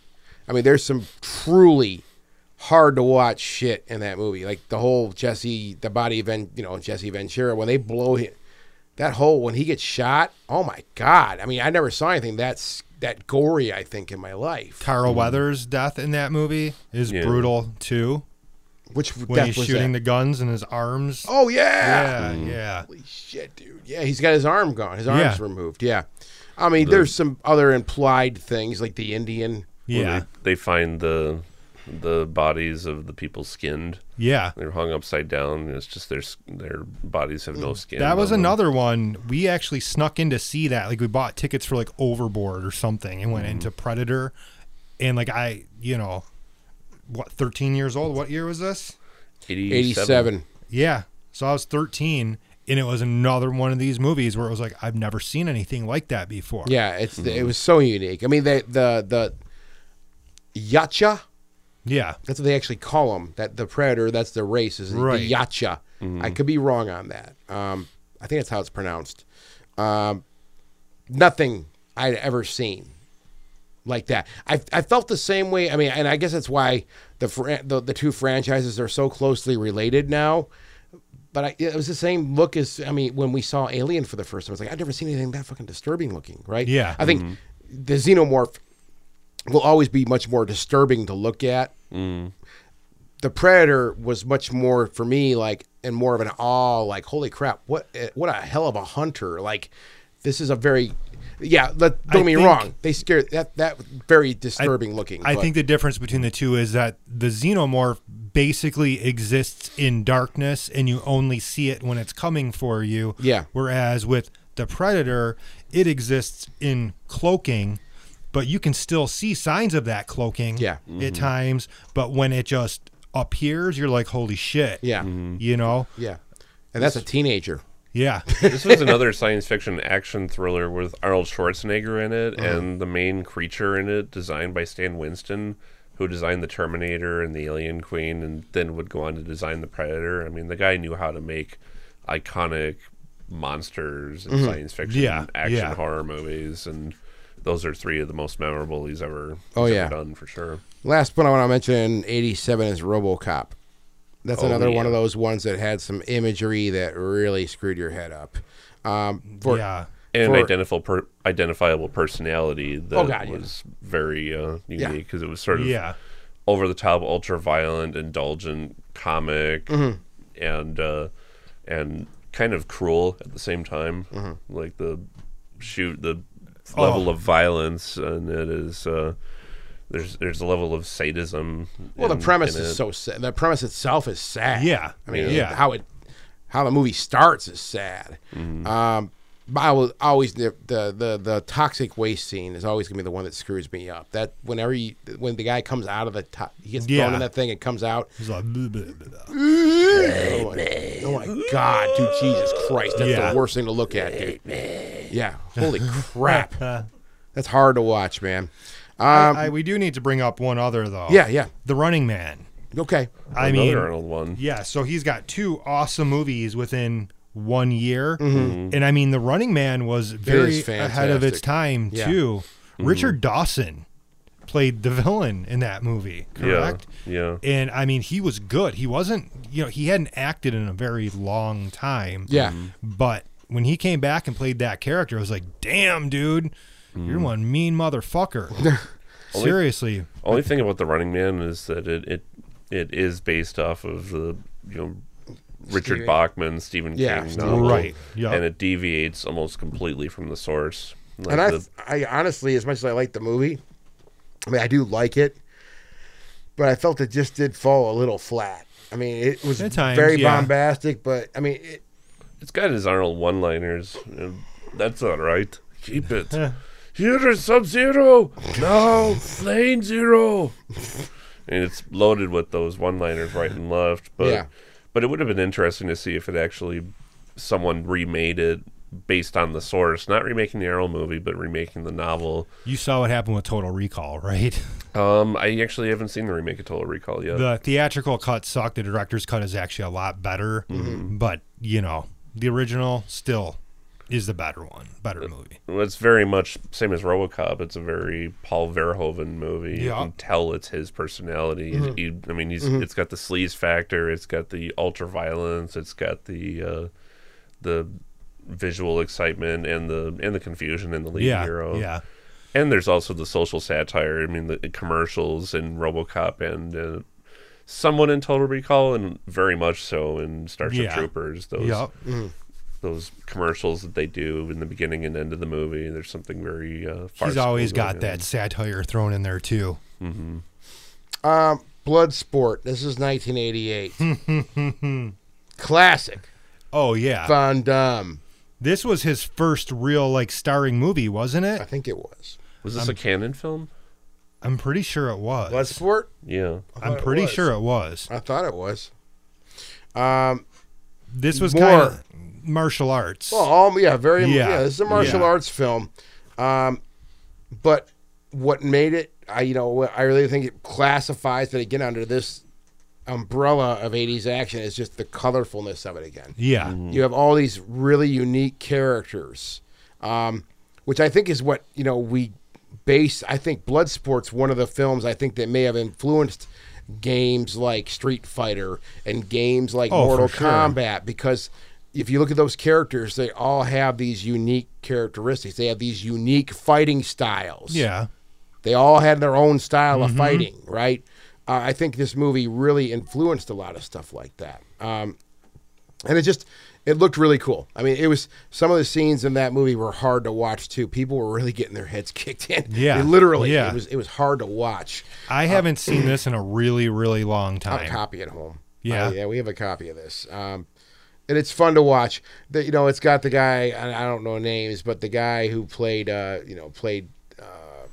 A: I mean, there's some truly hard to watch shit in that movie, like the whole Jesse, the body of Ven, you know Jesse Ventura when they blow him. That whole when he gets shot, oh my god! I mean, I never saw anything that's that gory. I think in my life,
B: Carl Weathers' death in that movie is
D: Yeah.
B: brutal too.
A: which
B: When
A: death
B: he's
A: was
B: shooting
A: that?
B: the guns in his arms.
A: Oh Mm-hmm. yeah,
B: yeah, yeah.
A: Holy shit, dude. Yeah, he's got his arm gone. His arm's
B: Yeah.
A: removed. Yeah. I mean, there's some other implied things like the Indian.
D: Where
B: Yeah.
D: they, they find the the bodies of the people skinned.
B: Yeah.
D: They're hung upside down. And it's just their s- their bodies have no skin.
B: That was
D: on them.
B: another one. We actually snuck in to see that. Like we bought tickets for like Overboard or something and went into Predator. And like I, you know, what 13 years old. What year was this?
A: 87.
B: Yeah. So I was 13 and it was another one of these movies where it was like I've never seen anything like that before.
A: Yeah, it's it was so unique. I mean, the the the yacha.
B: Yeah.
A: That's what they actually call them. That the predator. That's the race. Is
B: Right. Mm-hmm.
A: the yacha. I could be wrong on that. Um, I think that's how it's pronounced. Um, nothing I'd ever seen like that. I I felt the same way. I mean, and I guess that's why the fran- the, the two franchises are so closely related now. But I, it was the same look as I mean when we saw Alien for the first time. I was like, I've never seen anything that fucking disturbing looking, right?
B: Yeah. Mm-hmm.
A: I think the xenomorph will always be much more disturbing to look at. The Predator was much more for me like and more of an awe, like holy crap, what eh, what a hell of a hunter! Like this is a very yeah. Let, don't
B: I
A: get me
B: think-
A: wrong. They scared that that was very disturbing looking.
B: I
A: but-
B: think the difference between the two is that the xenomorph basically exists in darkness and you only see it when it's coming for you.
A: Yeah.
B: Whereas with the predator, it exists in cloaking, but you can still see signs of that cloaking
A: Yeah. Mm-hmm.
B: at times. But when it just appears, you're like, holy shit. Mm-hmm.
A: Yeah.
D: Mm-hmm.
B: You know?
A: yeah, and that's a teenager. *laughs*
B: Yeah.
D: this was another science fiction action thriller with Arnold Schwarzenegger in it, and the main creature in it designed by Stan Winston, who designed the Terminator and the Alien Queen, and then would go on to design the Predator. I mean, the guy knew how to make iconic monsters and science fiction
B: Yeah,
D: action
B: yeah.
D: horror movies, and those are three of the most memorable he's ever,
A: Oh,
D: he's
A: yeah.
D: ever done for sure.
A: Last one I want to mention in '87 is RoboCop. That's
D: Oh,
A: another
D: yeah.
A: one of those ones that had some imagery that really screwed your head up. Um, for
B: yeah.
D: and
A: for-
D: an identifiable, per- identifiable personality that
A: Oh, God, yeah.
D: was very uh, unique because it was sort of
B: Yeah.
D: over the top, ultra violent, indulgent, comic,
A: Mm-hmm.
D: and uh, and kind of cruel at the same time.
A: Mm-hmm.
D: Like the shoot the
A: Oh.
D: level of violence, and it is uh, there's there's a level of sadism.
A: Well, the
D: in-
A: premise
D: in
A: is
D: it.
A: so sad. The premise itself is sad.
B: Yeah.
A: I mean,
B: Yeah.
A: how it, how the movie starts is sad. Um, but I will always the, the the the toxic waste scene is always gonna be the one that screws me up. That whenever you when the guy comes out of the top, he gets
B: Yeah.
A: thrown in that thing and comes out.
B: It's like, *laughs* blah, blah, blah, blah.
A: Oh my, oh my god, dude, Jesus Christ, that's
B: Yeah.
A: the worst thing to look at, dude. Yeah,
B: *laughs*
A: holy crap, that's hard to watch, man. Um,
B: I, we do need to bring up one other, though.
A: yeah, yeah,
B: The Running Man.
A: okay,
B: I
D: Another
B: mean,
D: Arnold one.
B: Yeah, so he's got two awesome movies within one year,
A: Mm-hmm.
B: and I mean, The Running Man was very ahead of its
A: fantastic.
B: time
A: Yeah. Mm-hmm.
B: too. Richard Dawson played the villain in that movie, correct?
D: yeah.
B: And I mean, he was good. He wasn't, you know, he hadn't acted in a very long time.
A: Yeah. Mhm.
B: but when he came
A: Mm-hmm. *laughs*
B: back and played that character, I was like, "Damn, dude, you're one mean motherfucker."
D: Only-
B: Seriously,
D: Only thing about the Running Man is that it it, it is based off of the you know Richard
A: Stephen-
D: Bachman Stephen
A: Yeah,
D: King
A: Stephen
D: novel,
B: Right, yeah.
D: and it deviates almost completely from the source. Like
A: and I,
D: the-
A: I honestly, as much as I like the movie, I mean, I do like it, but I felt it just did fall a little flat. I mean, it was
B: At times,
A: very
B: yeah.
A: bombastic, but I mean, it,
D: it's got his Arnold one-liners. and That's not right.
A: *laughs*
D: Keep it. Here is Sub Zero. No, Lane Zero. and it's loaded with those one-liners right and left. But
A: Yeah.
D: but it would have been interesting to see if it actually someone remade it based on the source, not remaking the Arrow movie, but remaking the novel.
B: you saw what happened with Total Recall, right? *laughs*
D: Um, I actually haven't seen the remake of Total Recall yet.
B: The theatrical cut sucked. The director's cut is actually a lot better,
D: Mm-hmm.
B: but you know, the original still is the better one, better movie.
D: it's very much same as RoboCop. It's a very Paul Verhoeven movie. You
B: Yeah. Mm-hmm.
D: can tell it's his personality. He's- he- I mean, he's it's got the sleaze factor. It's got the ultra violence. It's got the uh, the visual excitement and the and the confusion and the lead
B: yeah,
D: hero.
B: yeah.
D: And there's also the social satire. I mean, the commercials and RoboCop and uh, someone in Total Recall and very much so in Starship
B: Yeah.
D: Troopers. Those
B: Yep.
D: those commercials that they do in the beginning and end of the movie. There's something very uh,
B: He's
D: farcical
B: always
D: going
B: got
D: on.
B: that satire thrown in there too.
A: um, Bloodsport. This is 1988,
B: *laughs*
A: classic
B: Oh yeah.
A: Von Damme.
B: This was his first real like starring movie, wasn't
A: I
B: it?
A: think it was
D: Was this a canon film?
B: I'm pretty sure it was.
A: Bloodsport.
D: Yeah.
B: I'm pretty
A: was.
B: sure it was.
A: I thought it was. Um,
B: This was kind
A: More.
B: of martial arts.
A: Well, all, yeah, very yeah.
B: Yeah.
A: This is a martial
B: Yeah.
A: arts film, um, but what made it? I you know what I really think it classifies it again under this umbrella of '80s action is just the colorfulness of it again.
B: Yeah.
D: Mm-hmm.
A: Mm-hmm. You have all these really unique characters, um, which I think is what you know we base. I think Bloodsport's one of the films I think that may have influenced games like Street Fighter and games like
B: Oh, for
A: Mortal
B: sure.
A: Kombat because if you look at those characters, they all have these unique characteristics. They have these unique fighting styles.
B: Yeah.
A: They all had their own style
B: Mm-hmm.
A: of fighting, right? Uh, I think this movie really influenced a lot of stuff like that. Um, and it just it looked really cool. I mean, it was some of the scenes in that movie were hard to watch too. People were really getting their heads *laughs* kicked in.
B: Yeah.
A: They literally.
B: Yeah.
A: it was it was hard to watch.
B: I haven't seen this in a really, really long
A: I have a
B: time.
A: copy at home.
B: Yeah.
A: Uh, yeah, we have a copy of this. Um, and it's fun to watch. That you know, it's got the guy. I I don't know names, but the guy who played, uh, you know, played uh,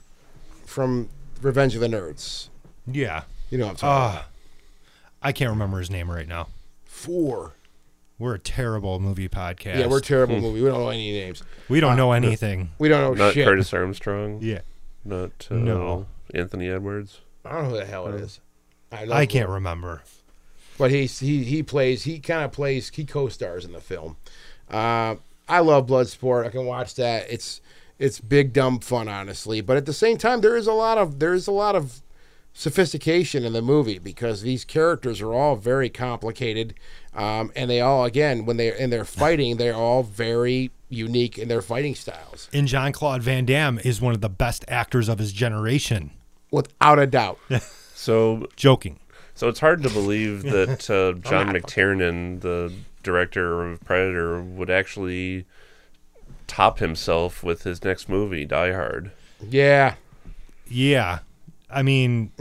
A: from Revenge of the Nerds.
B: Yeah.
A: You know, what I'm talking about.
B: Uh, I can't remember his name right now.
A: four.
B: We're a terrible movie podcast.
A: Yeah, we're terrible movie. We don't know any names.
B: we don't know anything.
A: We don't know
D: Not
A: shit.
D: Curtis Armstrong.
B: *laughs* Yeah.
D: Not uh,
B: No.
D: Anthony Edwards.
A: I don't know who the hell it is. know
B: I
A: who-
B: can't remember.
A: But he's he he plays he kind of plays he co-stars in the film. Uh, I love Bloodsport. I can watch that. It's it's big dumb fun, honestly. But at the same time, there is a lot of there is a lot of sophistication in the movie because these characters are all very complicated, um, and they all again when they and they're fighting, they're all very unique in their fighting styles,
B: And Jean Claude Van Damme is one of the best actors of his generation.
A: without a doubt.
D: So
B: Joking.
D: so it's hard
B: *laughs*
D: to believe that
B: Oh,
D: uh, John McTiernan, the director of Predator, would actually top himself with his next movie, Die Hard.
A: Yeah.
B: Yeah.
A: *sighs*
B: I mean,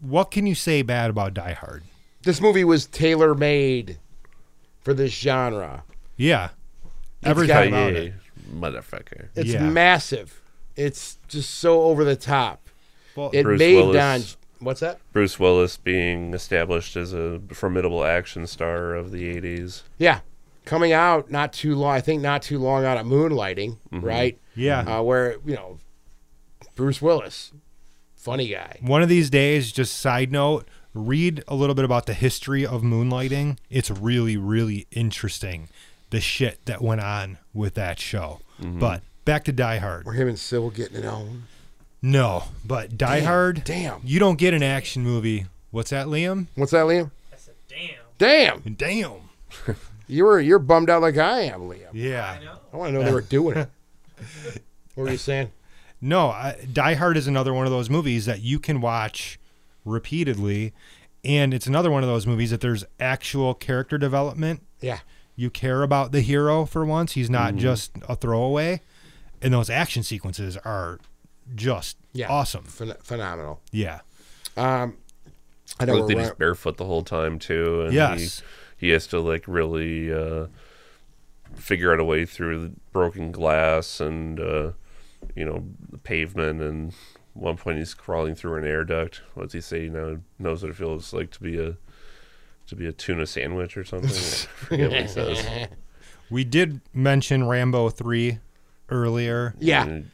B: what can you say bad about Die Hard?
A: this movie was tailor made for this genre.
B: Yeah. Everything
A: got-
B: about
D: Yay,
B: it.
D: motherfucker.
A: It's
B: Yeah.
A: massive. It's just so over the top.
B: Well,
A: It
D: Bruce
A: made
D: Willis.
A: Don. What's that?
D: Bruce Willis being established as a formidable action star of the 80s.
A: Yeah, coming out not too long. I think not too long out of Moonlighting, right?
B: Mm-hmm. Yeah.
A: uh, where you know Bruce Willis, funny guy.
B: One of these days, just side note, read a little bit about the history of moonlighting. It's really, really interesting the shit that went on with that show.
A: Mm-hmm.
B: But back to Die Hard.
A: Were him and Sybil getting it on?
B: No, but Die Hard,
A: damn.
B: you don't get an action movie. What's that, Liam?
A: What's that, Liam?
E: I said, damn.
A: Damn,
B: Damn.
A: you were you're bummed out like I am, Liam.
B: Yeah.
E: I know.
B: *laughs*
A: I want to know they were doing it. What were you saying?
B: No, I, Die Hard is another one of those movies that you can watch repeatedly, and it's another one of those movies that there's actual character development.
A: Yeah.
B: You care about the hero for once; he's not
A: Mm-hmm.
B: just a throwaway. And those action sequences are just
A: Yeah.
B: awesome.
A: Phen- phenomenal.
B: Yeah,
A: Um, I know
D: Like
A: we're
D: that he's
A: run-
D: barefoot the whole time too, and
B: Yes.
D: he, he has to like really uh, figure out a way through the broken glass and uh, you know the pavement. And at one point he's crawling through an air duct. What's he say now? Knows what it feels like to be a to be a tuna sandwich or something. I forget what
B: *laughs*
D: he says.
B: we did mention Rambo three earlier.
A: yeah,
D: And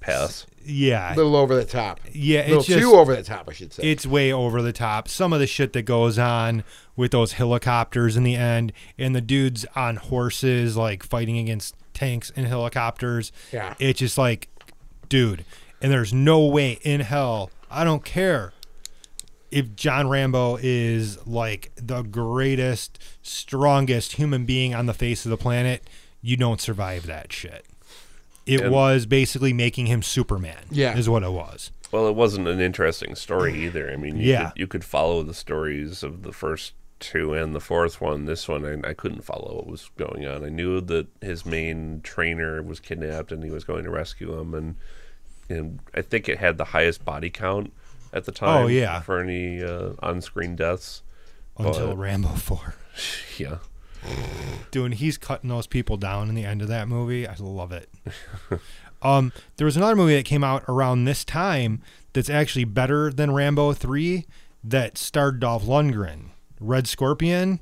D: pass.
B: Yeah,
A: a little over the top. a
B: Yeah,
A: little
B: it's just-
A: too over the top, I should say.
B: it's way over the top. Some of the shit that goes on with those helicopters in the end, and the dudes on horses like fighting against tanks and helicopters.
A: Yeah.
B: it's just like, dude, and there's no way in hell. I don't care if John Rambo is like the greatest, strongest human being on the face of the planet. You don't survive that shit. It
D: And-
B: was basically making him Superman.
A: Yeah.
B: is what it was.
D: Well, it wasn't an interesting story either. I mean, you
B: Yeah.
D: could, you could follow the stories of the first two and the fourth one. This one, I, I couldn't follow what was going on. I knew that his main trainer was kidnapped and he was going to rescue him, and and I think it had the highest body count at the time.
B: Oh, yeah.
D: for any uh, on-screen deaths.
B: Until
D: But-
B: Rambo four.
D: Yeah,
B: Dude, and he's cutting those people down in the end of that movie. I love it. *laughs* um, there was another movie that came out around this time that's actually better than Rambo 3 that starred Dolph Lundgren, Red Scorpion,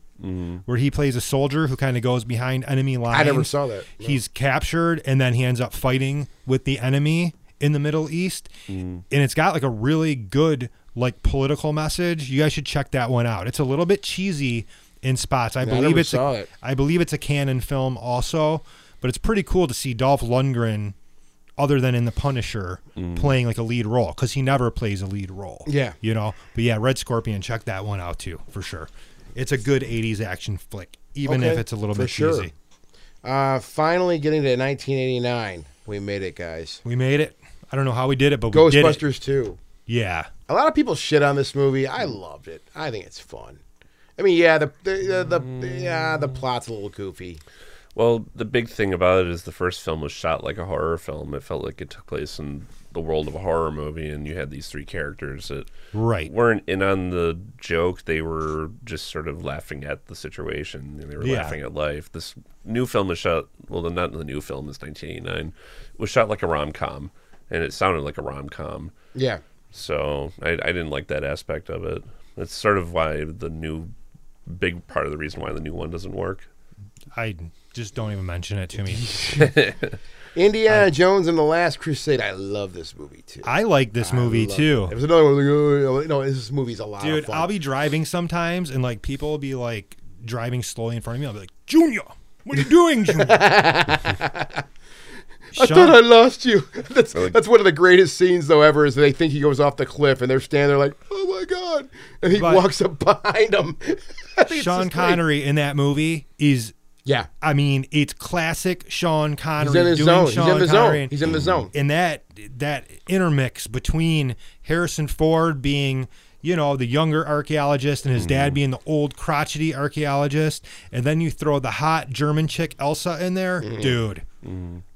B: where he plays a soldier who kind of goes behind enemy lines.
A: Mm-hmm. I never saw that. No.
B: He's captured and then he ends up fighting with the enemy in the Middle East.
A: Mm.
B: And it's got like a really good like political message. You guys should check that one out. It's a little bit cheesy in spots. I
A: Yeah, I
B: believe
A: never
B: it's
A: saw
B: a,
A: it.
B: I believe it's a canon film also, but it's pretty cool to see Dolph Lundgren other than in The Punisher playing like a lead role cuz he never plays a lead role.
A: Mm. Yeah.
B: You know. But yeah, Red Scorpion check that one out too for sure. It's a good 80s action flick even if
A: Okay,
B: it's a little
A: for
B: bit
A: sure.
B: cheesy.
A: Uh, finally getting to 1989, we made it, guys.
B: We made it. I don't know how we did it, but we did it.
A: Ghostbusters 2.
B: Yeah.
A: A lot of people shit on this movie. I
B: Mm.
A: loved it. I think it's fun. I mean, yeah, the the, the, the yeah the plot's a little goofy.
D: Well, the big thing about it is the first film was shot like a horror film. It felt like it took place in the world of a horror movie, and you had these three characters that
B: Right.
D: weren't in on the joke. They were just sort of laughing at the situation. and They were
B: Yeah.
D: laughing at life. This new film was shot. Well, the- not the new film. It's 1989. Was shot like a rom com, and it sounded like a rom com.
A: Yeah,
D: So I, I didn't like that aspect of it. That's sort of why the new big part of the reason why the new one doesn't work.
B: I just don't even mention it
A: *laughs*
B: to me.
A: Indiana Jones and the Last Crusade. I love this movie too.
B: I like this movie
A: Love it.
B: too.
A: It was another one. Like, oh, no, this movie's a lot. of
B: Dude,
A: fun.
B: I'll be driving sometimes and like people will be like driving slowly in front of me. I'll be like, Junior, what are
A: *laughs*
B: you doing, Junior?
A: I
B: Sean-
A: thought I lost you. *laughs* That's
D: Like-
A: that's one of the greatest scenes though ever. Is they think he goes off the cliff and they're standing there like, oh my god, and he
B: But-
A: walks up *laughs* behind him. I think it's
B: Sean
A: just great.
B: Connery in that movie is
A: Yeah,
B: I mean, it's classic Sean Connery
A: he's in his
B: doing
A: zone. He's
B: Sean
A: in the
B: Connery.
A: zone. He's in the zone.
B: and that that intermix between Harrison Ford being you know the younger archaeologist and his
A: Mm-hmm.
B: dad being the old crotchety archaeologist and then you throw the hot German chick Elsa in there
A: Mm-hmm.
B: dude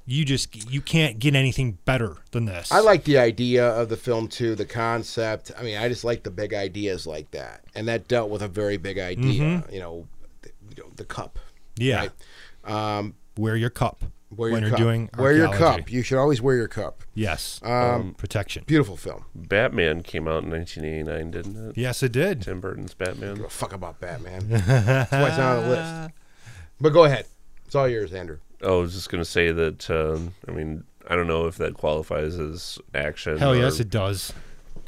B: you just you can't get anything better than this
A: I like the idea of the film too, the concept. I mean, I just like the big ideas like that, and that dealt with a very big idea.
B: Mm-hmm.
A: You know, th- you know, the cup.
B: yeah
A: Right? Um,
B: wear your cup
A: wear
B: when
A: your
B: you're
A: cup.
B: doing
A: wear your
B: archaeology. Um,
A: cup. Uh, You should always wear your cup. Um,
B: yes protection
A: Beautiful film.
D: Batman came out in 1989, didn't it?
B: yes it did
D: Tim Burton's Batman.
A: Give a fuck about
B: *laughs*
A: Batman. That's why it's not on the list. But go ahead. It's all yours, Andrew.
D: Oh, I was just gonna say that. Um, I mean, I don't know if that qualifies as action.
B: hell yes it does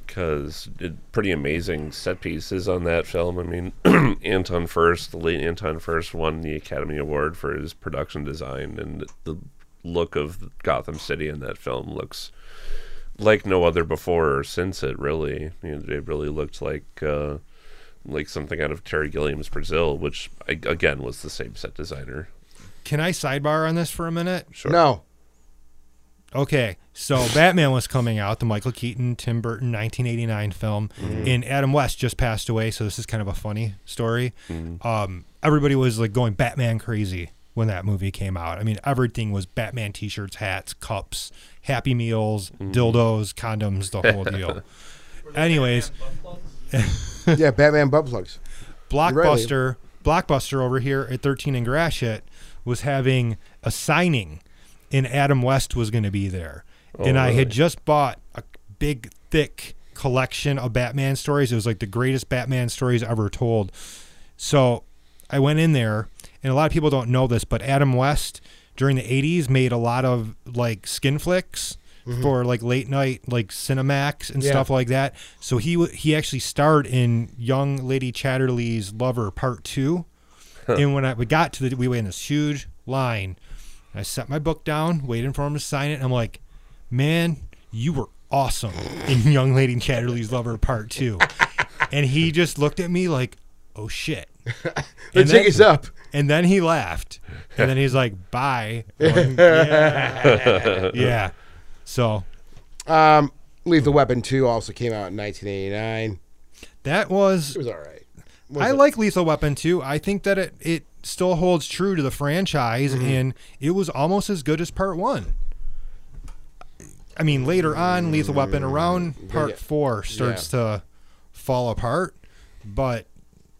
D: because pretty amazing set pieces on that film. I mean, *clears throat* Anton First, the late Anton First, won the Academy Award for his production design, and the look of Gotham City in that film looks like no other before or since it. Really, you know, it really looked like. Uh, like something out of Terry Gilliam's Brazil, which I, again was the same set designer.
B: can I sidebar on this for a minute
D: Sure.
A: No.
B: Okay, so *laughs* Batman was coming out, the Michael Keaton, Tim Burton 1989 film, and Adam West just passed away, so this is kind of a funny story. Um, everybody was like going Batman crazy when that movie came out. I mean, everything was Batman t shirts, hats, cups, Happy Meals, dildos, condoms, the whole deal. Anyways,
A: yeah, Batman butt plugs. Really?
B: Blockbuster, Blockbuster over here at 13 and Gratiot was having a signing, and Adam West was going to be there. and I had just bought a big, thick collection of Batman stories. It was like the greatest Batman stories ever told. So I went in there, and a lot of people don't know this, but Adam West during the 80s made a lot of like skin flicks for like late night like Cinemax and stuff like that. So he w- he actually starred in Young Lady Chatterley's Lover Part 2. and when I we got to the we were in this huge line. I set my book down, waiting for him to sign it. And I'm like, "Man, you were awesome in *laughs* Young Lady Chatterley's Lover Part 2." and he just looked at me like, "Oh shit."
A: The jig is up.
B: And then he laughed. And then he's like, bye. I'm like, yeah. yeah. So
A: Um, Lethal Weapon 2 also came out in 1989.
B: that was.
A: It was all right.
B: I like Lethal Weapon 2. I think that it, it still holds true to the franchise, and it was almost as good as part one. I mean, later on, Lethal Weapon around part
A: yeah.
B: four starts to fall apart. But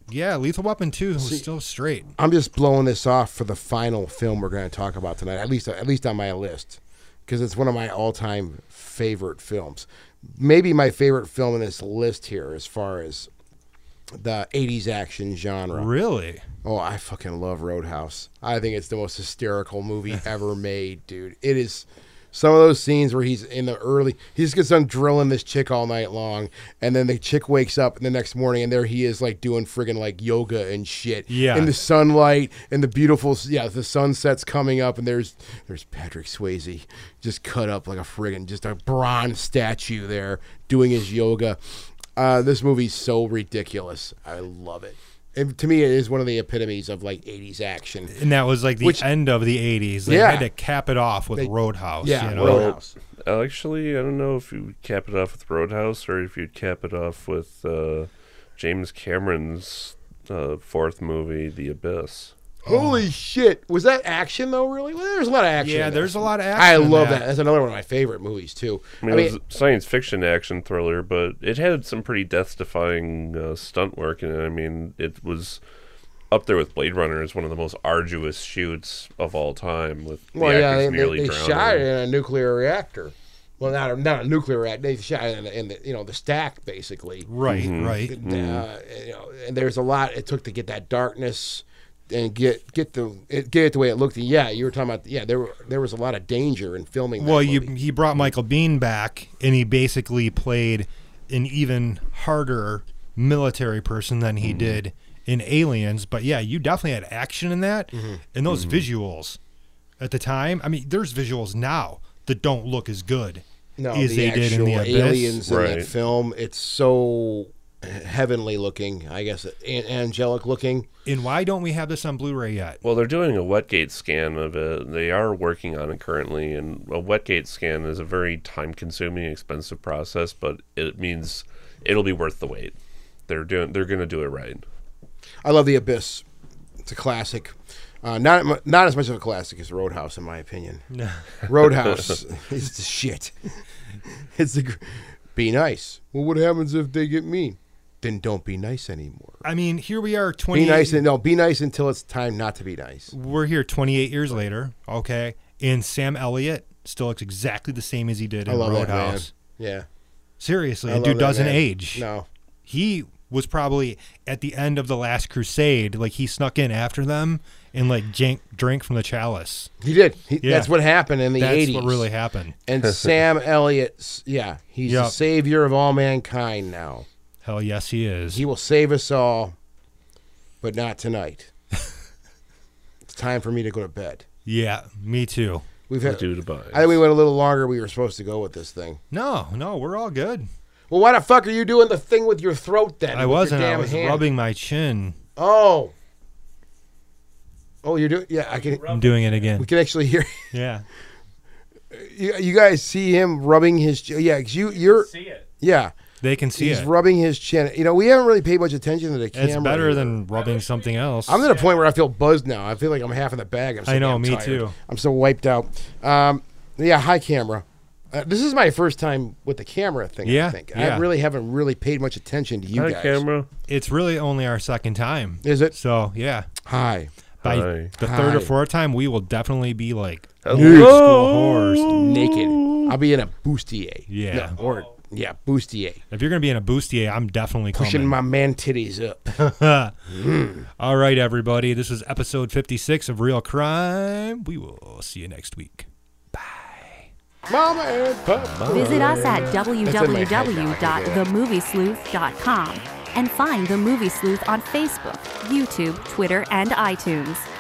B: yeah, Lethal Weapon 2 was still straight.
A: I'm just blowing this off for the final film we're going to talk about tonight, at least at least on my list, because it's one of my all-time favorite films. Maybe my favorite film in this list here, as far as the '80s action genre.
B: Really?
A: Oh, I fucking love Roadhouse. I think it's the most hysterical movie ever made, dude. It is some of those scenes where he's in the early, he just gets done drilling this chick all night long, and then the chick wakes up the next morning, and there he is, like doing friggin' like yoga and shit.
B: Yeah.
A: In the sunlight, and the beautiful, yeah, the sunset's coming up, and there's there's Patrick Swayze just cut up like a friggin' just a bronze statue there doing his yoga. Uh, this movie's so ridiculous. I love it. It, to me, it is one of the epitomes of like '80s action.
B: And that was like the
A: Which-
B: end of the 80s. They
A: Yeah.
B: had to cap it off with Roadhouse.
A: yeah,
B: you know?
A: Roadhouse.
D: Well, actually, I don't know if you would cap it off with Roadhouse or if you'd cap it off with uh, James Cameron's uh, fourth movie, The Abyss.
A: Holy shit! Was that action though? Really? Well, there's a lot of action.
B: Yeah,
A: in there.
B: there's a lot of
A: I
B: action in
A: love
B: that.
A: that. That's another one of my favorite movies too.
D: I mean, it was a science fiction action thriller, but it had some pretty death-defying uh, stunt work in it. I mean, it was up there with Blade Runner as one of the most arduous shoots of all time. With the
A: well, yeah,
D: actors
A: they,
D: nearly
A: they, they
D: drowning.
A: shot it in a nuclear reactor. Well, not a, not a nuclear reactor. They shot it in the, in the you know the stack basically.
B: Right, Mm-hmm. right.
A: Uh, you know, and there's a lot it took to get that darkness and get get the it, get it the way it looked. And yeah, you were talking about yeah. There were, there was a lot of danger in filming. that
B: Well, you,
A: movie.
B: he brought Michael Bean back, and he basically played an even harder military person than he did in Aliens. But yeah, you definitely had action in that,
A: Mm-hmm.
B: and those visuals at the time. I mean, there's visuals now that don't look as good
A: no,
B: as
A: the
B: they
A: actual
B: did in the Abyss.
A: aliens in that
D: Right.
A: film. It's so heavenly looking, I guess, an- angelic looking.
B: And why don't we have this on Blu-ray yet?
D: Well, they're doing a Wetgate scan of it. They are working on it currently, and a Wetgate scan is a very time-consuming, expensive process, but it means it'll be worth the wait. They're doing. They're going to do it right.
A: I love the Abyss. It's a classic. Uh, not mu- not as much of a classic as Roadhouse, in my
B: *laughs*
A: opinion. Roadhouse is the shit. *laughs* It's the. gr- Be nice. Well, what happens if they get mean? Then don't be nice anymore.
B: I mean, here we are,
A: Be
B: twenty.
A: nice and no. Be nice until it's time not to be nice.
B: we're here 28 years later, okay, and Sam Elliott still looks exactly the same as he did
A: I
B: in
A: love
B: Roadhouse.
A: that man. Yeah,
B: Seriously,
A: I
B: the
A: love
B: dude
A: that
B: doesn't
A: man.
B: age.
A: No,
B: He was probably at the end of the Last Crusade. Like he snuck in after them and like jank, drank from the chalice.
A: he did. He,
B: Yeah.
A: That's what happened in the
B: That's
A: eighties.
B: what really happened. *laughs*
A: And Sam Elliott, s- yeah, he's the
B: Yep.
A: savior of all mankind now.
B: Hell yes, he is.
A: He will save us all, but not tonight.
B: *laughs*
A: it's time for me to go to bed.
B: yeah, me too.
A: We've had,
D: Due to buy.
A: I think we went a little longer. than We were supposed to go with this thing.
B: No, no, we're all good.
A: Well, why the fuck are you doing the thing with your throat then?
B: I
A: with your
B: wasn't. I
A: damn
B: was
A: hand?
B: rubbing my chin.
A: Oh. Oh, you're doing. Yeah, I can. *laughs*
B: I'm doing it again.
A: We can actually hear.
B: Yeah.
A: you, you guys see him rubbing his chin. Yeah, 'cause you you're
E: See it.
A: yeah.
B: They can see
A: He's
B: it.
A: rubbing his chin. You know, we haven't really paid much attention to the camera.
B: It's better than rubbing something else.
A: I'm at a point where I feel buzzed now. I feel like I'm half in the bag. I'm so
B: I know,
A: damn
B: me
A: tired.
B: too.
A: I'm so wiped out. Um, yeah, hi camera. Uh, this is my first time with the camera thing. I
B: Yeah,
A: think I
B: yeah.
A: really haven't really paid much attention to you
D: Hi,
A: guys.
D: camera.
B: it's really only our second time.
A: Is it?
B: So yeah,
A: Hi.
B: by
D: Hi.
B: the third
A: Hi.
B: or fourth time, we will definitely be like
D: Hello.
B: old school whores.
A: Naked. I'll be in a bustier.
B: Yeah.
A: No, or yeah, bustier.
B: If you're gonna be in a bustier, I'm definitely coming.
A: Pushing my man titties up.
B: All right, everybody. This is episode 56 of Real Crime. We will see you next week.
A: Mama and Papa.
C: Visit us at
A: in my head now, I can do that.
C: www.themoviesleuth.com and find The Movie Sleuth on Facebook, YouTube, Twitter, and iTunes.